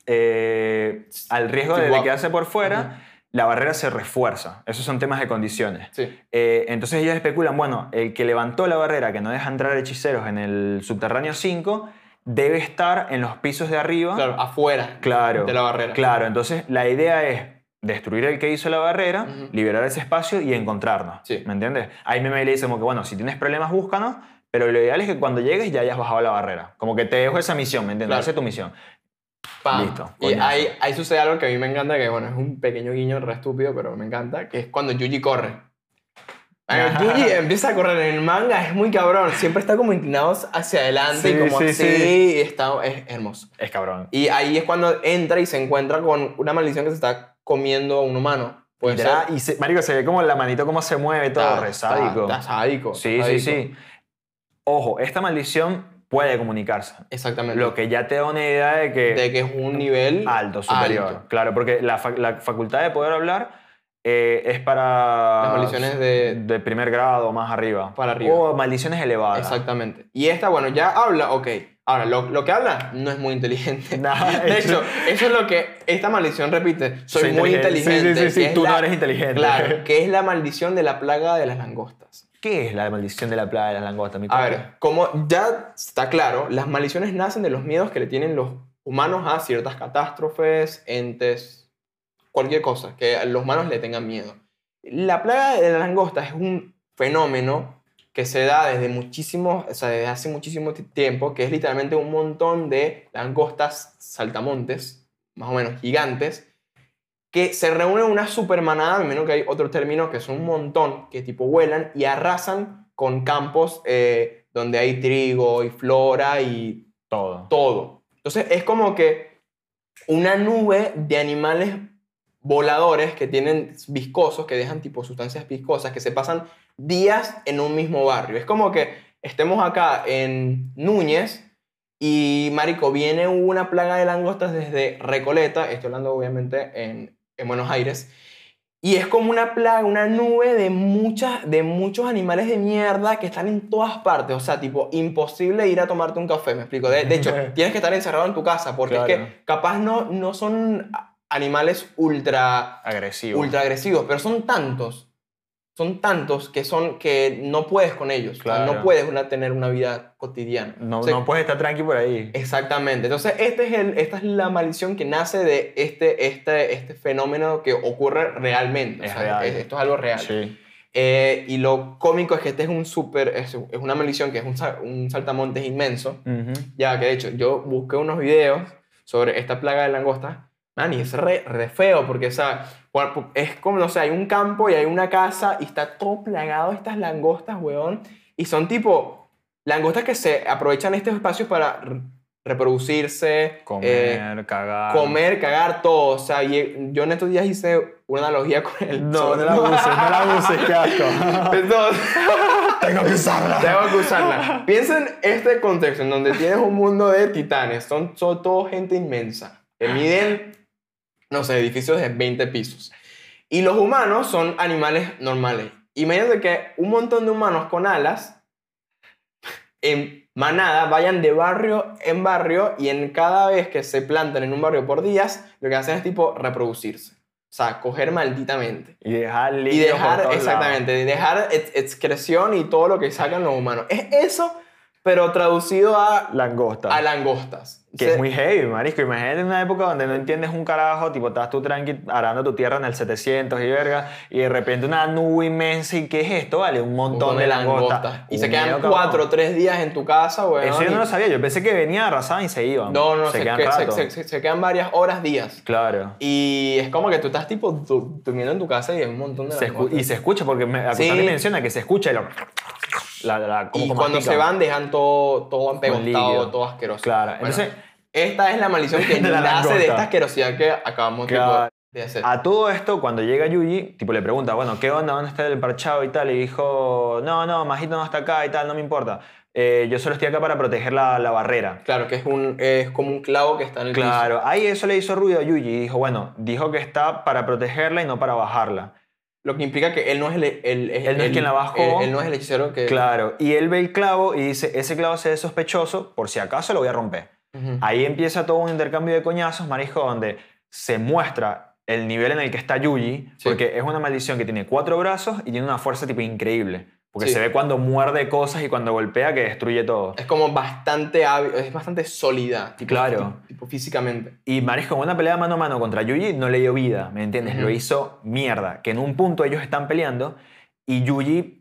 S1: eh, al riesgo de,
S2: Igual.
S1: quedarse por fuera,
S2: Ujú.
S1: la barrera se refuerza. Esos son temas de condiciones.
S2: Sí.
S1: Eh, entonces ellos especulan, bueno, el que levantó la barrera que no deja entrar hechiceros en el subterráneo 5 debe estar en los pisos de arriba.
S2: Claro, afuera
S1: Claro.
S2: de la barrera.
S1: Claro, entonces la idea es destruir el que hizo la barrera,
S2: Ujú.
S1: liberar ese espacio y encontrarnos.
S2: Sí.
S1: ¿Me entiendes? Ahí Meme le dice como que, bueno, si tienes problemas, búscanos, Pero lo ideal es que cuando llegues ya hayas bajado la barrera. Como que te dejo esa misión, ¿me entiendes?
S2: Claro.
S1: Esa es tu misión.
S2: Pam.
S1: Listo,
S2: Y
S1: coñazo.
S2: ahí, ahí sucede algo que a mí me encanta, que bueno, es un pequeño guiño re estúpido, pero me encanta, que es cuando Yuji corre. Bueno, Yuji empieza a correr en el manga, es muy cabrón, siempre está como inclinado hacia adelante y
S1: Sí,
S2: como
S1: sí,
S2: así,
S1: sí.
S2: y está, es hermoso.
S1: Es cabrón.
S2: Y ahí es cuando entra y se encuentra con una maldición que se está comiendo a un humano. Puede
S1: Literal,
S2: ser.
S1: y se- marico, se ve como la manito cómo se mueve todo,
S2: Está-
S1: re
S2: está-
S1: sádico.
S2: está sádico,
S1: Sí, sí,
S2: sádico.
S1: sí. Ojo, esta maldición puede comunicarse.
S2: Exactamente.
S1: Lo que ya te da una idea de que...
S2: de que es un nivel
S1: Alto, superior.
S2: alto.
S1: Claro, porque la, fa- la facultad de poder hablar eh, es para...
S2: Las maldiciones de-
S1: de primer grado, más arriba.
S2: Para arriba.
S1: O maldiciones elevadas.
S2: Exactamente. Y esta, bueno, ya habla, ok. Ahora, lo, lo que habla no es muy inteligente.
S1: No,
S2: de hecho, eso es lo que esta maldición repite. Soy, muy
S1: Sí, sí,
S2: inteligente.
S1: sí,
S2: que
S1: sí.
S2: es
S1: Tú no
S2: la-
S1: eres inteligente.
S2: Claro, que es la maldición de la plaga de las langostas.
S1: ¿Qué es la maldición de la plaga de las langostas, mi
S2: A
S1: compa?
S2: ver, como ya está claro, las maldiciones nacen de los miedos que le tienen los humanos a ciertas catástrofes, entes, cualquier cosa, que a los humanos le tengan miedo. La plaga de las langostas es un fenómeno que se da desde muchísimos, o sea, desde hace muchísimo ti- tiempo, que es literalmente un montón de langostas saltamontes, más o menos gigantes, que se reúnen en una supermanada, me imagino que hay otro término que son un montón, que tipo vuelan y arrasan con campos eh, donde hay trigo y flora y
S1: Todo.
S2: todo. Entonces es como que una nube de animales voladores que tienen viscosos, que dejan tipo sustancias viscosas, que se pasan días en un mismo barrio. Es como que estemos acá en Núñez y, Marico, viene una plaga de langostas desde Recoleta, estoy hablando obviamente en, en Buenos Aires, y es como una plaga, una nube de, muchas, de muchos animales de mierda que están en todas partes. O sea, tipo, imposible ir a tomarte un café, me explico. De, de hecho, tienes que estar encerrado en tu casa porque es
S1: Claro.
S2: que capaz no, no son a- animales ultra,
S1: Agresivo.
S2: ultra agresivos, pero son tantos. Son tantos que, son, que no puedes con ellos. O sea,
S1: Claro.
S2: no puedes una- tener una vida cotidiana.
S1: No,
S2: O sea,
S1: no puedes estar tranqui por ahí.
S2: Exactamente. Entonces, este es el, esta es la maldición que nace de este, este, este fenómeno que ocurre realmente.
S1: Es real.
S2: es- esto es algo real.
S1: Sí.
S2: Eh, y lo cómico es que este es un súper, es, es una maldición que es un, sal- un saltamontes inmenso.
S1: Ujú.
S2: Ya que de hecho, yo busqué unos videos sobre esta plaga de langostas. Man, y es re, re feo porque, o sea, por- por- es como, no sé, hay un campo y hay una casa y está todo plagado de estas langostas, weón. Y son tipo langostas que se aprovechan estos espacios para re- reproducirse, eh,
S1: Comer, cagar.
S2: comer, cagar, todo. O sea, y- yo en estos días hice una analogía con el...
S1: No,
S2: sol.
S1: no la uses, no la uses, qué asco.
S2: Entonces,
S1: Tengo que usarla.
S2: Tengo que usarla. Piensa en este contexto en donde tienes un mundo de titanes. Son, son todo gente inmensa. Que miden, no sé, edificios de 20 pisos. Y los humanos son animales normales. Imagínate que un montón de humanos con alas en manada vayan de barrio en barrio y en cada vez que se plantan en un barrio por días, lo que hacen es tipo reproducirse. O sea, coger malditamente.
S1: Y dejar
S2: Y
S1: líquidos por
S2: dejar,
S1: todos
S2: exactamente, de dejar ex- excreción y todo lo que sacan los humanos. Es eso, pero traducido
S1: lados.
S2: a,
S1: Langosta.
S2: a langostas.
S1: Que
S2: Se-
S1: es muy heavy, marisco. Imagínate una época donde no entiendes un carajo, tipo, estás tú tranqui arando tu tierra en el 700 y verga, y de repente una nube inmensa, ¿y qué es esto? Vale, un
S2: un
S1: montón, de langostas.
S2: Y
S1: Un
S2: se quedan
S1: miedo, cabrón.
S2: cuatro o tres días en tu casa, weón.
S1: Eso yo no
S2: y-
S1: lo sabía, yo pensé que venía arrasaban y se iban.
S2: no, no,
S1: se,
S2: se,
S1: quedan
S2: que- se-
S1: rato.
S2: se- se- se quedan varias horas, días.
S1: Claro.
S2: Y es como que tú estás tipo du- durmiendo en tu casa y hay un montón de
S1: Se escu-
S2: langostas.
S1: y se escucha, porque me, a
S2: Sí.
S1: Cusani menciona que se escucha y lo. La, la- como
S2: Y
S1: que
S2: cuando
S1: mastica.
S2: se van dejan todo, todo empegostado,
S1: líquido.
S2: todo asqueroso.
S1: Claro,
S2: Bueno,
S1: entonces-
S2: Esta es la maldición que
S1: De la
S2: nace de
S1: langosta.
S2: esta asquerosidad que acabamos tipo,
S1: Claro.
S2: de hacer.
S1: A todo esto, cuando llega Yuji, tipo le pregunta, bueno, ¿qué onda? ¿Dónde está el parchado y tal? Y dijo, no, no, Majito no está acá y tal, no me importa. Eh, yo solo estoy acá para proteger la, la barrera.
S2: Claro, que es, un, es como un clavo que está en el
S1: Claro, ahí eso le hizo ruido a Yuji y dijo, bueno, dijo que está para protegerla y no para bajarla.
S2: piso. Lo que implica que él no es el... el- el-
S1: Él no es
S2: el-
S1: quien la bajó.
S2: Él, él no es el hechicero que...
S1: Claro, y él ve el clavo y dice, ese clavo se ve sospechoso, por si acaso lo voy a romper.
S2: Ujú.
S1: Ahí empieza todo un intercambio de coñazos, marisco, donde se muestra el nivel en el que está Yuji,
S2: Sí.
S1: porque es una maldición que tiene cuatro brazos y tiene una fuerza tipo increíble. Porque
S2: Sí.
S1: se ve cuando muerde cosas y cuando golpea que destruye todo.
S2: Es como bastante hábil, es bastante sólida. Tipo,
S1: Claro.
S2: ti- Tipo físicamente.
S1: Y Marisco, en una pelea mano a mano contra Yuji no le dio vida, ¿me entiendes?
S2: Ujú.
S1: Lo hizo mierda. Que en un punto ellos están peleando y Yuji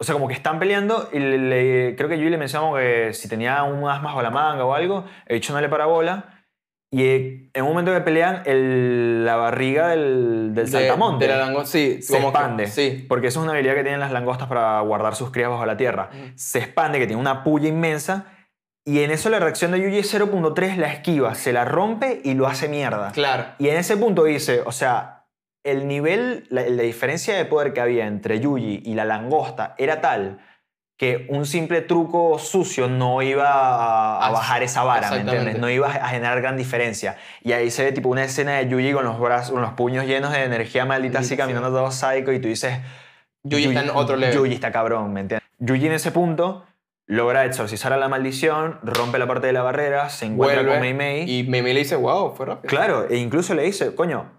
S1: O sea, como que están peleando y le, le- creo que Yui le mencionamos que si tenía un as más o la manga o algo, el bicho no le para bola. Y eh, en un momento que pelean, el- la barriga del, del
S2: De-
S1: saltamonte
S2: de la langosta, sí.
S1: se
S2: como que-
S1: expande.
S2: sí.
S1: Porque eso es una habilidad que tienen las langostas para guardar sus crías bajo la tierra.
S2: Ujú.
S1: Se expande, que tiene una puya inmensa. Y en eso la reacción de Yuji es 0.3, la esquiva, se la rompe y lo hace mierda.
S2: Claro.
S1: Y en ese punto dice, o sea, el nivel, la, la diferencia de poder que había entre Yuji y la langosta era tal que un simple truco sucio no iba a, a
S2: Ah,
S1: bajar esa vara, ¿me
S2: exactamente.
S1: entiendes? No iba a generar gran diferencia. Y ahí se ve tipo una escena de Yuji con los brazos, con los puños llenos de energía maldita, así
S2: Maldita
S1: caminando todo psycho y tú dices,
S2: Yuji está en otro level.
S1: Yuji está cabrón, ¿me entiendes? Yuji en ese punto logra exorcizar a la maldición, rompe la parte de la barrera, se encuentra
S2: Vuelve
S1: con Mei Mei.
S2: Y Meme le dice, wow, fue rápido.
S1: Claro, e incluso le dice, coño,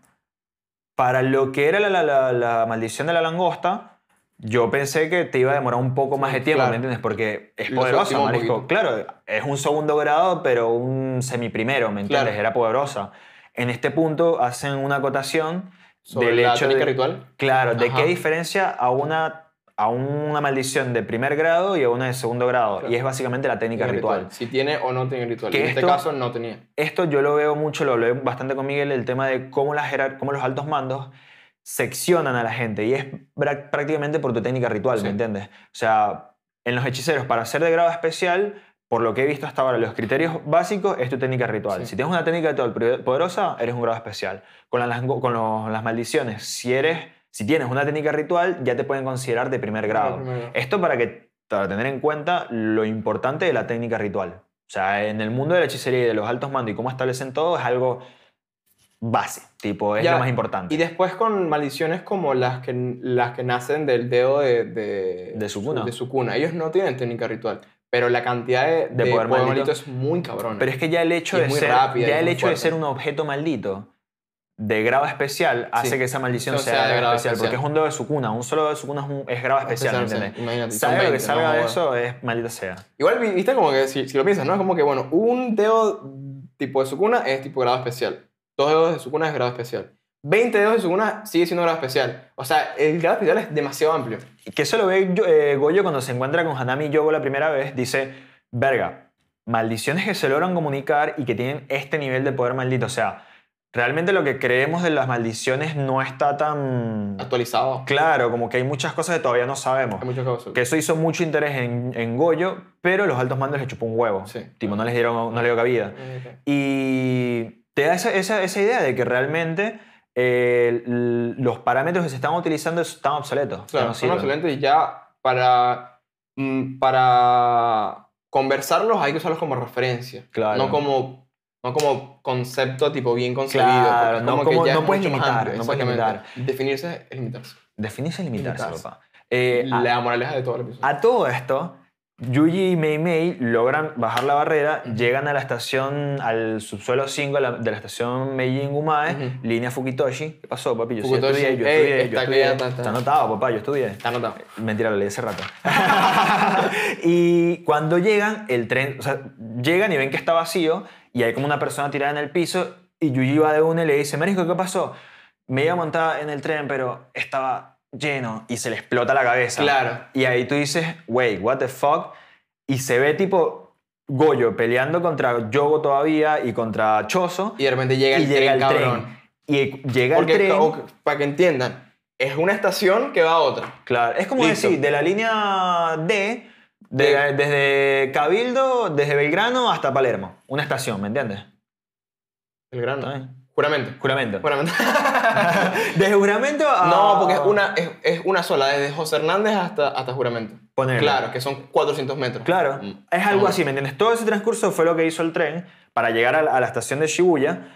S1: para lo que era la, la- la- la maldición de la langosta, yo pensé que te iba a demorar un poco más de tiempo,
S2: Claro.
S1: ¿me entiendes? Porque es
S2: Lo
S1: poderosa,
S2: subestimó un
S1: marico.
S2: poquito.
S1: Claro, es un segundo grado, pero un semiprimero, ¿me entiendes?
S2: Claro.
S1: Era poderosa. En este punto hacen una acotación
S2: Sobre
S1: del
S2: la
S1: hecho
S2: técnica
S1: de,
S2: ritual.
S1: Claro, ¿de
S2: Ajá.
S1: qué diferencia a una, a una maldición de primer grado y a una de segundo grado?
S2: Claro.
S1: Y es básicamente la técnica ritual.
S2: Si tiene o no tiene ritual.
S1: Que
S2: Y en este
S1: esto-
S2: caso no tenía.
S1: Esto yo lo veo mucho, lo hablé bastante con Miguel, el tema de cómo, las jerar- cómo los altos mandos seccionan a la gente y es pra- prácticamente por tu técnica ritual,
S2: Sí.
S1: ¿me entiendes? O sea, en los hechiceros, para ser de grado especial, por lo que he visto hasta ahora, los criterios básicos es tu técnica ritual.
S2: Sí.
S1: Si tienes una técnica ritual pri- poderosa, eres un grado especial. Con, las lango- con los- las maldiciones, si, eres, si tienes una técnica ritual, ya te pueden considerar de primer grado. Eh.
S2: Primero.
S1: Esto para que para tener en cuenta lo importante de la técnica ritual. O sea, en el mundo de la hechicería y de los altos mandos y cómo establecen todo es algo base, tipo, es
S2: Ya,
S1: lo más importante.
S2: Y después con maldiciones como las que, las que nacen del dedo de, de,
S1: De su cuna.
S2: de su cuna. Ellos no tienen técnica ritual, pero la cantidad de,
S1: De poder maldito.
S2: es muy cabrona.
S1: Pero es que ya el hecho,
S2: Y
S1: de
S2: es muy
S1: ser,
S2: rápida y
S1: ya el
S2: muy
S1: hecho de
S2: fuerte.
S1: ser un objeto maldito de grado especial hace
S2: Sí.
S1: que esa maldición
S2: Entonces,
S1: sea,
S2: sea de
S1: de grado
S2: grado
S1: especial, porque es
S2: especial.
S1: un dedo de su cuna, un solo dedo de su cuna es, un- es grado especial, ¿me
S2: Especial,
S1: entiendes?
S2: sí, imagínate, son
S1: Sabe lo que
S2: 20,
S1: salga
S2: no
S1: de
S2: jodas.
S1: eso es maldita sea.
S2: Igual vi- viste como que si, si lo piensas, ¿no? Es como que, bueno, un dedo tipo de su cuna es tipo grado especial. Dos dedos de su cuna es grado especial. 20 dedos de su cuna sigue siendo grado especial. O sea, el grado especial es demasiado amplio.
S1: Que eso lo ve Yo- eh, Goyo cuando se encuentra con Hanami Yogo la primera vez. Dice, verga, maldiciones que se logran comunicar y que tienen este nivel de poder maldito. O sea, realmente lo que creemos de las maldiciones no está tan
S2: Actualizado.
S1: claro, como que hay muchas cosas que todavía no sabemos.
S2: Hay muchos casos.
S1: Que eso hizo mucho interés en, en Goyo, pero los altos mandos le chupó un huevo.
S2: Sí.
S1: Tipo, no les dieron, no le dio cabida. Y te da esa, esa- esa idea de que realmente eh, l- los parámetros que se están utilizando están obsoletos. ya
S2: Claro,
S1: no
S2: son
S1: sirven.
S2: excelentes y ya para, mm, para conversarlos hay que usarlos como referencia.
S1: Claro.
S2: No como, no como concepto tipo bien concebido.
S1: Claro,
S2: porque es
S1: no
S2: que
S1: como-
S2: ya
S1: no
S2: es
S1: puedes
S2: mucho más
S1: limitar,
S2: amplio,
S1: no puedes
S2: exactamente. Definirse es limitarse.
S1: Definirse y limitarse,
S2: Limitarse.
S1: papá. Eh, ah, a-
S2: la moraleja de todo el episodio.
S1: a, todo esto, Yuji y Mei Mei logran bajar la barrera, llegan a la estación, al subsuelo 5 de la, de la estación Meijin Umae,
S2: Ujú.
S1: línea Fukitoshi. ¿Qué pasó, papi? Yo sí
S2: Fukutoshi,
S1: estudié, yo
S2: ey,
S1: estudié, yo
S2: está
S1: estudié.
S2: que ya está, está.
S1: Está anotado, papá, yo estudié.
S2: Está anotado.
S1: Mentira, lo leí hace rato. y cuando llegan, el tren, o sea, llegan y ven que está vacío y hay como una persona tirada en el piso y Yuji va de una y le dice, Marisco, ¿qué pasó? Me iba a montar en el tren, pero estaba lleno y se le explota la cabeza.
S2: Claro.
S1: Y ahí tú dices, wait, what the fuck? Y se ve tipo Goyo peleando contra Yogo todavía y contra Chozo
S2: Y de repente llega el tren, cabrón.
S1: Y llega
S2: Porque,
S1: el tren.
S2: o- para que entiendan, es una estación que va a otra.
S1: Claro, es como
S2: Listo.
S1: decir, de la línea D, de-
S2: De-
S1: desde Cabildo, desde Belgrano hasta Palermo. Una estación, ¿me entiendes?
S2: El
S1: ¿Está
S2: grano.
S1: bien? Ah.
S2: Juramento.
S1: Juramento.
S2: Juramento.
S1: desde juramento a.
S2: No, porque es una, es, es una sola, desde José Hernández hasta, hasta Juramento.
S1: Ponerle.
S2: Claro, que son 400 metros.
S1: Claro,
S2: Mm.
S1: es algo
S2: Ah.
S1: así, ¿me entiendes? Todo ese transcurso fue lo que hizo el tren para llegar a la, a la estación de Shibuya.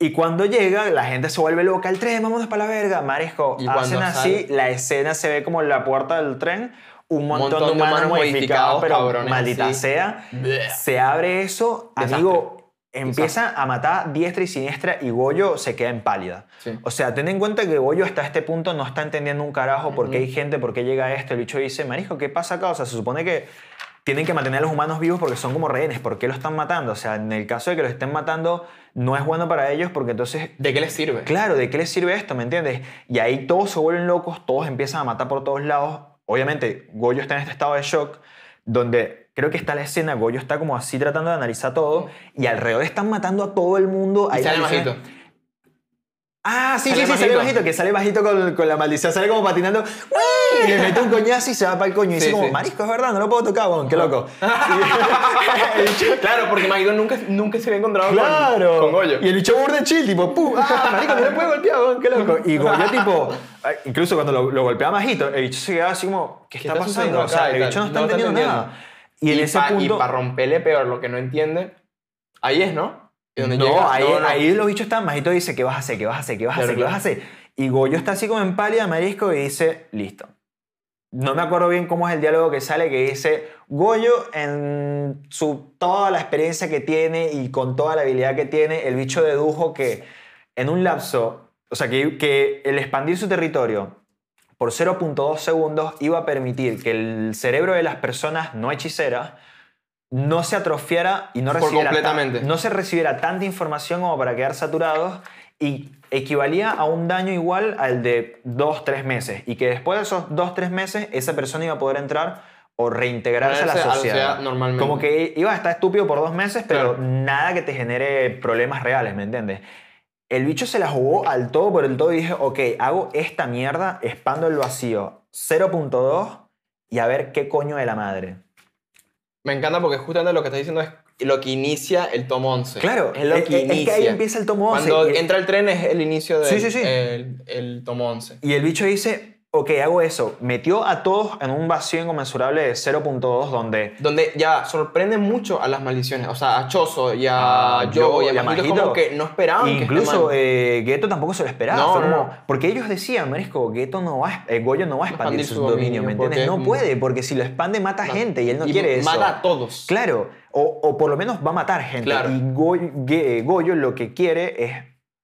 S1: Y cuando llega, la gente se vuelve loca. El tren, vámonos para la verga. Maresco,
S2: Y cuando
S1: hacen así, la escena se ve como en la puerta del tren, un montón, de humanos, modificados,
S2: modificados,
S1: pero
S2: cabrones,
S1: maldita
S2: así.
S1: sea.
S2: Bleh.
S1: Se abre eso,
S2: Desastre.
S1: amigo, empieza a matar diestra y siniestra y Goyo se queda en pálida.
S2: Sí.
S1: O sea, ten en cuenta que Goyo hasta este punto no está entendiendo un carajo por qué
S2: Ujú.
S1: hay gente, por qué llega esto. El bicho dice, marisco, ¿qué pasa acá? O sea, se supone que tienen que mantener a los humanos vivos porque son como rehenes. ¿Por qué lo están matando? O sea, en el caso de que los estén matando, no es bueno para ellos porque entonces...
S2: ¿De qué les sirve?
S1: Claro, ¿de qué les sirve esto? ¿Me entiendes? Y ahí todos se vuelven locos, todos empiezan a matar por todos lados. obviamente Goyo está en este estado de shock donde creo que está la escena, Goyo está como así tratando de analizar todo y alrededor están matando a todo el mundo.
S2: Y
S1: Ahí
S2: sale
S1: la escena-
S2: bajito.
S1: Ah, sí,
S2: Sale
S1: sí, sí, sale
S2: bajito.
S1: bajito, que sale bajito con, con la maldición, sale como patinando, ¡uy! y le mete un coñazo y se va para el coño. Y
S2: Sí,
S1: dice como,
S2: sí.
S1: marisco, es verdad, no lo puedo tocar, weón, qué loco. Y- el bicho-
S2: Claro, porque Magidon nunca, nunca se había encontrado con-
S1: claro.
S2: con Goyo.
S1: Y el bicho burde chill, tipo, ¡pum! ¡Ah, marico, no le puedo golpear, weón, qué loco! Y Goyo, tipo, ay, incluso cuando lo, lo golpeaba majito, el bicho se quedaba así como, ¿qué está,
S2: está
S1: pasando?
S2: sucediendo
S1: O sea,
S2: acá y
S1: el bicho no
S2: tal?
S1: está
S2: No está
S1: entendiendo
S2: entendiendo.
S1: nada. Y, en ese
S2: pa-
S1: punto...
S2: Y para romperle peor lo que no entiende, ahí es, ¿no? Y donde
S1: no,
S2: llega-
S1: ahí,
S2: no, no.
S1: ahí los bichos están. Majito dice, ¿qué vas a hacer? ¿Qué vas a hacer? ¿Qué vas a
S2: Claro,
S1: hacer? ¿Qué
S2: claro.
S1: vas a hacer? Y Goyo está así como en pálida, marisco, y dice, listo. No me acuerdo bien cómo es el diálogo que sale, que dice, Goyo, en su, toda la experiencia que tiene y con toda la habilidad que tiene, el bicho dedujo que en un lapso, o sea, que, que el expandir su territorio por 0.2 segundos iba a permitir que el cerebro de las personas no hechiceras no se atrofiara y no
S2: Por
S1: recibiera, ta-
S2: completamente.
S1: no se recibiera tanta información como para quedar saturados y equivalía a un daño igual al de 2-3 meses y que después de esos 2-3 meses esa persona iba a poder entrar o reintegrarse a la
S2: Integrarse a la
S1: sociedad.
S2: sociedad normalmente.
S1: Como que iba a estar estúpido por dos meses, pero
S2: Claro.
S1: nada que te genere problemas reales, ¿me entiendes? El bicho se la jugó al todo por el todo y dije, ok, hago esta mierda, expando el vacío 0.2 y a ver qué coño de la madre.
S2: Me encanta porque justamente lo que estás diciendo es lo que inicia el tomo 11.
S1: Claro,
S2: es lo que
S1: es, es- es
S2: inicia.
S1: que ahí empieza el tomo 11.
S2: Cuando
S1: y,
S2: entra el tren es el inicio del
S1: Sí, sí, sí.
S2: El, el tomo 11.
S1: y el bicho dice, ok, hago eso. Metió a todos en un vacío inconmensurable de 0.2 donde...
S2: Donde ya sorprende mucho a las maldiciones. O sea, a Chozo y a
S1: A
S2: Yogo
S1: Yogo
S2: y a
S1: Ah, y a
S2: Majito,
S1: Majito.
S2: como que no esperaban que este
S1: Incluso
S2: man-
S1: eh, Gueto tampoco se lo esperaba.
S2: No,
S1: fue como-
S2: no, no.
S1: Porque ellos decían, Marisco, Gueto no va, a- eh, Goyo no va a expandir su, dominio, ¿me
S2: porque
S1: entiendes? No
S2: es-
S1: puede, porque si lo expande mata gente y él no quiere eso.
S2: mata a todos.
S1: Claro, o, o por lo menos va a matar gente.
S2: Claro.
S1: Y Goy- Gue- Goyo lo que quiere es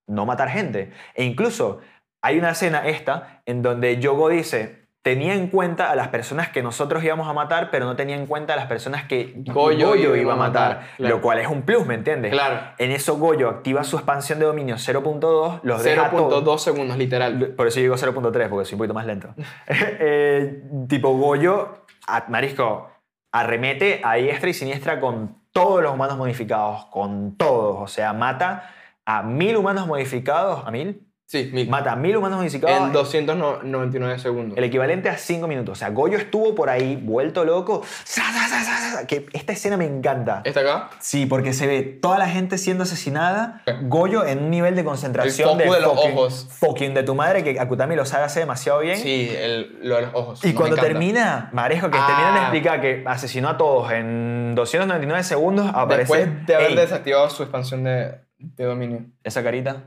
S1: no matar gente. E incluso hay una escena esta en donde Yogo dice, tenía en cuenta a las personas que nosotros íbamos a matar, pero no tenía en cuenta a las personas que
S2: Goyo
S1: Goyo,
S2: iba
S1: iba,
S2: a
S1: a matar,
S2: matar, claro.
S1: lo cual es un plus, ¿me entiendes?
S2: Claro.
S1: En eso Goyo activa su expansión de dominio 0.2, los deja a todos-
S2: 0.2 segundos, literal.
S1: por eso yo digo 0.3, porque soy un poquito más lento. Eh, tipo Goyo, a- Marisco, arremete a diestra y siniestra con todos los humanos modificados, con todos. O sea, mata a mil humanos modificados, a mil,
S2: Sí, mil.
S1: mata a mil humanos modificados.
S2: En 299 segundos.
S1: El equivalente a 5 minutos. O sea, Goyo estuvo por ahí, vuelto loco. sa, sa, sa, sa, sa, Que esta escena me encanta.
S2: ¿Está acá?
S1: Sí, porque se ve toda la gente siendo asesinada, Goyo en un nivel de concentración
S2: El foco de los
S1: fucking,
S2: ojos.
S1: fucking de tu madre, que Akutami lo sabe hacer demasiado bien.
S2: Sí, el- lo de los ojos.
S1: ¿Eh? Y
S2: no,
S1: cuando
S2: me encanta.
S1: termina, Marejo, que
S2: Ah.
S1: terminan de explicar que asesinó a todos en 299 segundos, aparece
S2: Después de haber
S1: "Ey,
S2: desactivado su expansión de, de dominio.
S1: esa carita.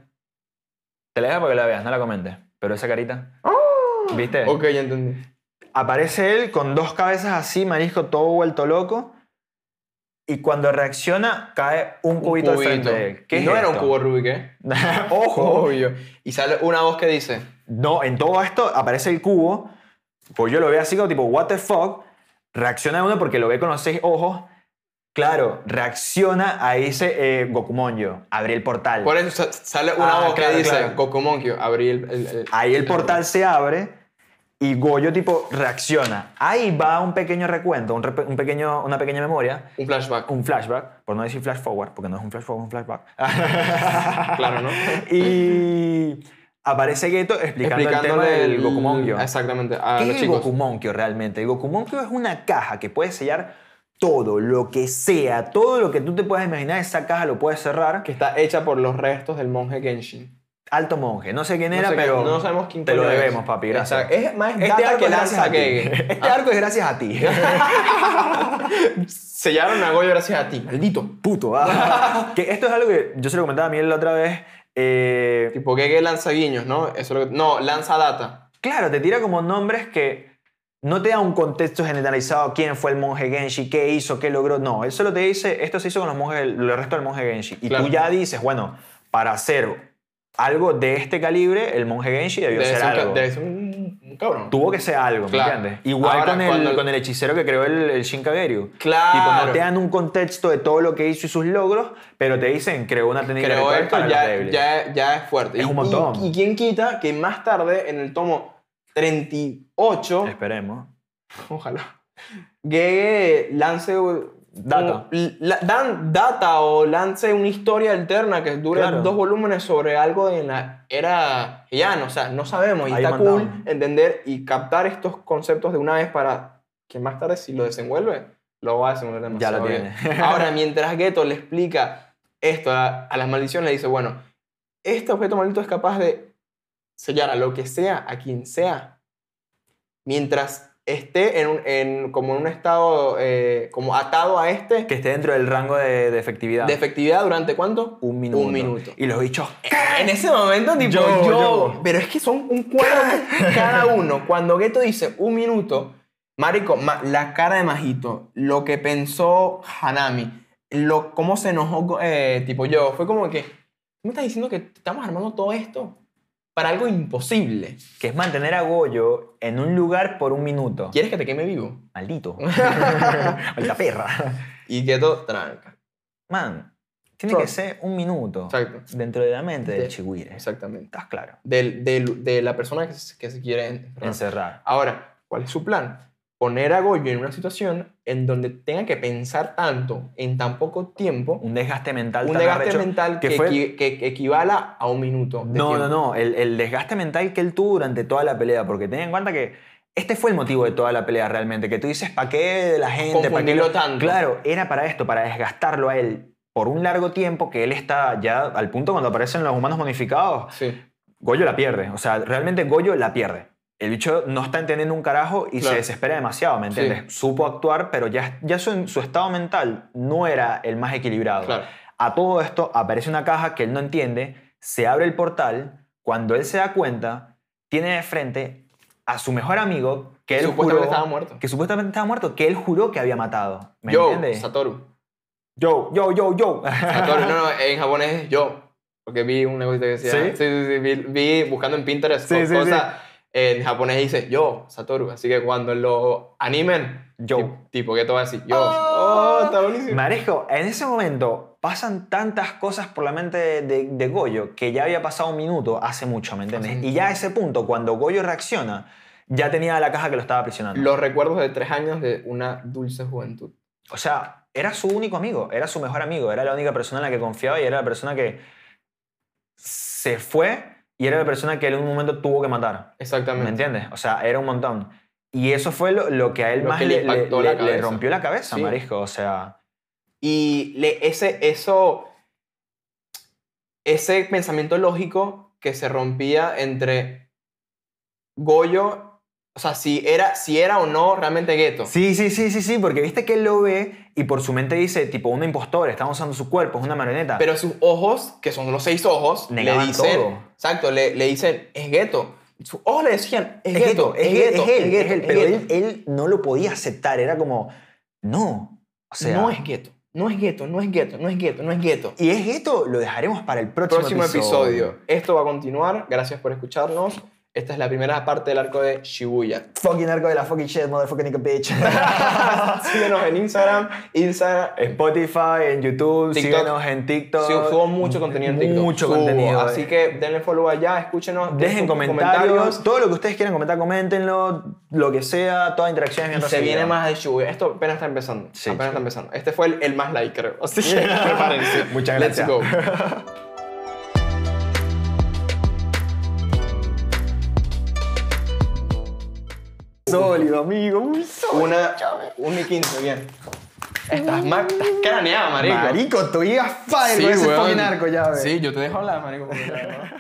S1: Te la dejo para que la veas, no la comentes. Pero esa carita. ¿Viste?
S2: Oh. Ok, ya entendí.
S1: Aparece él con dos cabezas así, marisco todo vuelto loco. Y cuando reacciona, cae un cubito, al frente de él. ¿Qué
S2: no
S1: es
S2: era un
S1: esto?
S2: cubo Rubik, ¿eh?
S1: Ojo.
S2: Obvio. Y sale una voz que dice,
S1: No, en todo esto aparece el cubo. Pues yo lo veo así como tipo, what the fuck. Reacciona uno porque lo ve con los seis ojos. Claro, reacciona a ese eh, Gokumonyo. Abre el portal.
S2: por eso sa- sale una
S1: Ah,
S2: voz
S1: claro,
S2: que dice,
S1: claro.
S2: Goku Monkey, abrí el... el- el-
S1: Ahí el portal se abre y Goyo tipo reacciona. Ahí va un pequeño recuento, un, repe- un pequeño, una pequeña memoria,
S2: Un flashback.
S1: un flashback, por no decir flash forward, porque no es un flash forward, es un flashback.
S2: Claro, ¿no?
S1: y aparece Geto explicando el tema
S2: Explicándole
S1: del Gokumonkyo.
S2: Exactamente, a
S1: ¿Qué
S2: Ah, los
S1: es el
S2: chicos.
S1: Gokumonkyo realmente? El Gokumonkyo es una caja que puede sellar todo, lo que sea, todo lo que tú te puedas imaginar, esa caja lo puedes cerrar.
S2: Que está hecha por los restos del monje Genshin.
S1: Alto monje, no sé quién era,
S2: sé qué-
S1: pero
S2: no sabemos quién
S1: te lo
S2: coño es.
S1: debemos, papi, gracias.
S2: Exacto. Este Es más data que
S1: es
S2: lanza
S1: a ti.
S2: que...
S1: Este arco es gracias a ti.
S2: Sellaron a Goyo gracias a ti, maldito.
S1: Puto. ah. que esto es algo que yo se lo comentaba a Miguel la otra vez. eh,
S2: Tipo, que lanza guiños, ¿no? Eso es lo que- No, lanza data.
S1: Claro, te tira como nombres que no te da un contexto generalizado quién fue el monje Genshi, qué hizo, qué logró. No, él solo te dice, esto se hizo con los monjes, el resto del monje Genshi. Y
S2: Claro.
S1: tú ya dices, bueno, para hacer algo de este calibre, el monje Genshi debió
S2: Debe
S1: ser
S2: ser un ca-
S1: algo.
S2: debe ser un, un cabrón.
S1: Tuvo que ser algo,
S2: Claro.
S1: ¿me entiendes? Igual
S2: Ahora,
S1: con el,
S2: cuando el-
S1: con el hechicero que creó el, el Shinkageryu.
S2: Claro.
S1: Tipo, no te dan un contexto de todo lo que hizo y sus logros, pero te dicen, creó una técnica
S2: Creo
S1: ritual
S2: esto
S1: para los
S2: ya,
S1: débiles.
S2: ya, ya es fuerte.
S1: Es
S2: Y-
S1: un montón.
S2: Y, y quién quita que más tarde, en el tomo 38,
S1: Esperemos.
S2: Ojalá. Gege lance.
S1: Data.
S2: un- la- dan data o lance una historia alterna que dure
S1: Claro.
S2: dos volúmenes sobre algo en la era ya o sea, no sabemos y
S1: Ahí
S2: está
S1: mandamos.
S2: cool entender y captar estos conceptos de una vez para que más tarde si lo desenvuelve lo va a desenvolver
S1: Ya
S2: demasiado
S1: lo
S2: bien.
S1: tiene.
S2: Ahora, mientras Geto le explica esto a, a las maldiciones, le dice, bueno, este objeto maldito es capaz de sellar a lo que sea, a quien sea, mientras esté en un, en- como en un estado, eh, como atado a este,
S1: que esté dentro del rango de, de efectividad.
S2: de efectividad durante cuánto?
S1: un minuto.
S2: un minuto.
S1: Y los bichos. eh,
S2: En ese momento, tipo,
S1: Yo,
S2: yo,
S1: yo.
S2: Pero es que son un cuadro cada uno. Cuando Geto dice un minuto, Marico, ma- la cara de Majito, lo que pensó Hanami, lo, cómo se enojó, eh, tipo, yo, fue como que. ¿Tú me estás diciendo que estamos armando todo esto para algo imposible?
S1: Que es mantener a Goyo en un lugar por un minuto.
S2: ¿Quieres que te queme vivo?
S1: Maldito. Maldita perra.
S2: Y Geto tranca.
S1: Man, tiene
S2: Claro.
S1: que ser un minuto.
S2: Exacto.
S1: Dentro de la mente
S2: De-
S1: del chihuire.
S2: Exactamente.
S1: Estás claro.
S2: Del- del- de la persona que se, que se quiere
S1: Ah.
S2: encerrar.
S1: Encerrar.
S2: Ahora, ¿cuál es su plan? Poner a Goyo en una situación en donde tenga que pensar tanto en tan poco tiempo,
S1: Un desgaste mental
S2: un
S1: tan
S2: desgaste
S1: arrecho
S2: mental que,
S1: que fue-
S2: equi- que- que equivala a un minuto. de
S1: No, no,
S2: tiempo.
S1: no. El, el desgaste mental que él tuvo durante toda la pelea, porque ten en cuenta que este fue el motivo de toda la pelea realmente, que tú dices, ¿para qué la gente? ¿Para qué
S2: Confundirlo tanto.
S1: Claro, era para esto, para desgastarlo a él por un largo tiempo que él está ya al punto cuando aparecen los humanos modificados.
S2: Sí.
S1: Goyo la pierde, o sea, realmente Goyo la pierde. El bicho no está entendiendo un carajo y
S2: Claro.
S1: se desespera demasiado, ¿me entiendes? Supo actuar, pero ya, ya su, su estado mental no era el más equilibrado.
S2: Claro.
S1: A todo esto aparece una caja que él no entiende, se abre el portal, cuando él se da cuenta, tiene de frente a su mejor amigo que él
S2: Supuestamente
S1: juró-
S2: estaba muerto.
S1: que supuestamente estaba muerto, que él juró que había matado. ¿Me
S2: yo,
S1: entiendes?
S2: Satoru.
S1: Yo, yo, yo, yo.
S2: Satoru, no, no, en japonés es yo. Porque vi una cosa que decía.
S1: ¿Sí?
S2: Sí, sí, sí. Vi, vi buscando en Pinterest
S1: Sí,
S2: co-
S1: sí, sí.
S2: cosas. En japonés dice yo, Satoru. Así que cuando lo animen,
S1: Yo.
S2: ti- Tipo, que todo va a decir yo.
S1: Ah.
S2: Oh, está buenísimo.
S1: Marejo, en ese momento pasan tantas cosas por la mente de, de- de Goyo que ya había pasado un minuto hace mucho, ¿me entiendes?
S2: Hace
S1: Y ya a ese punto, cuando Goyo reacciona, ya tenía la caja que lo estaba aprisionando.
S2: Los recuerdos de tres años de una dulce juventud.
S1: O sea, era su único amigo, era su mejor amigo, era la única persona en la que confiaba y era la persona que se fue y era la persona que él en un momento tuvo que matar. ¿Me
S2: Exactamente.
S1: entiendes? O sea, era un montón. Y eso fue lo, lo que a él
S2: Lo
S1: más
S2: que
S1: le,
S2: le
S1: le-
S2: impactó la
S1: le- le
S2: cabeza.
S1: rompió la cabeza,
S2: Sí.
S1: Marisco. O sea,
S2: Y le- ese, eso, ese pensamiento lógico que se rompía entre Goyo, o sea, si era, si era o no realmente gueto.
S1: Sí, sí, sí, sí, sí, porque viste que él lo ve y por su mente dice, tipo, un impostor, están usando su cuerpo, es una marioneta.
S2: Pero sus ojos, que son los seis ojos, le
S1: Negaban
S2: dicen,
S1: todo.
S2: exacto, le, le dicen, es gueto. Sus ojos le decían, es,
S1: es
S2: gueto,
S1: Geto, es, él,
S2: es gueto,
S1: es él,
S2: gueto,
S1: es él,
S2: es
S1: Pero
S2: gueto".
S1: él, él no lo podía aceptar, era como, no. O sea,
S2: no es gueto, no es gueto, no es gueto, no es gueto, no es gueto.
S1: Y es esto, lo dejaremos para el próximo,
S2: próximo episodio. Esto va a continuar. Gracias por escucharnos. Esta es la primera parte del arco de Shibuya.
S1: Fucking arco de la fucking shit, motherfucking nigga bitch.
S2: Síguenos en Instagram, Instagram,
S1: Spotify, en YouTube,
S2: TikTok.
S1: síguenos en TikTok.
S2: Sí, subo mucho contenido en TikTok.
S1: Mucho
S2: Subo,
S1: contenido.
S2: Así
S1: eh.
S2: que denle follow allá, escúchenos.
S1: Dejen
S2: sus
S1: comentarios, todo lo que ustedes quieran comentar, coméntenlo, lo que sea, toda interacción es
S2: Y
S1: bien
S2: se
S1: recibida.
S2: viene más de Shibuya. Esto apenas está empezando.
S1: Sí, chico.
S2: apenas está empezando. Este fue el, el más like, creo. Así que prepárense.
S1: Muchas gracias.
S2: Let's go.
S1: Sólido, amigo, muy sólido.
S2: Una, una y quince, bien. Estás, ma- estás craneado, marico.
S1: Marico, tú llegas padre
S2: Sí,
S1: con ese
S2: weón.
S1: fucking arco, ya, ve.
S2: Sí, yo te dejo hablar, marico. porque ya, ¿no?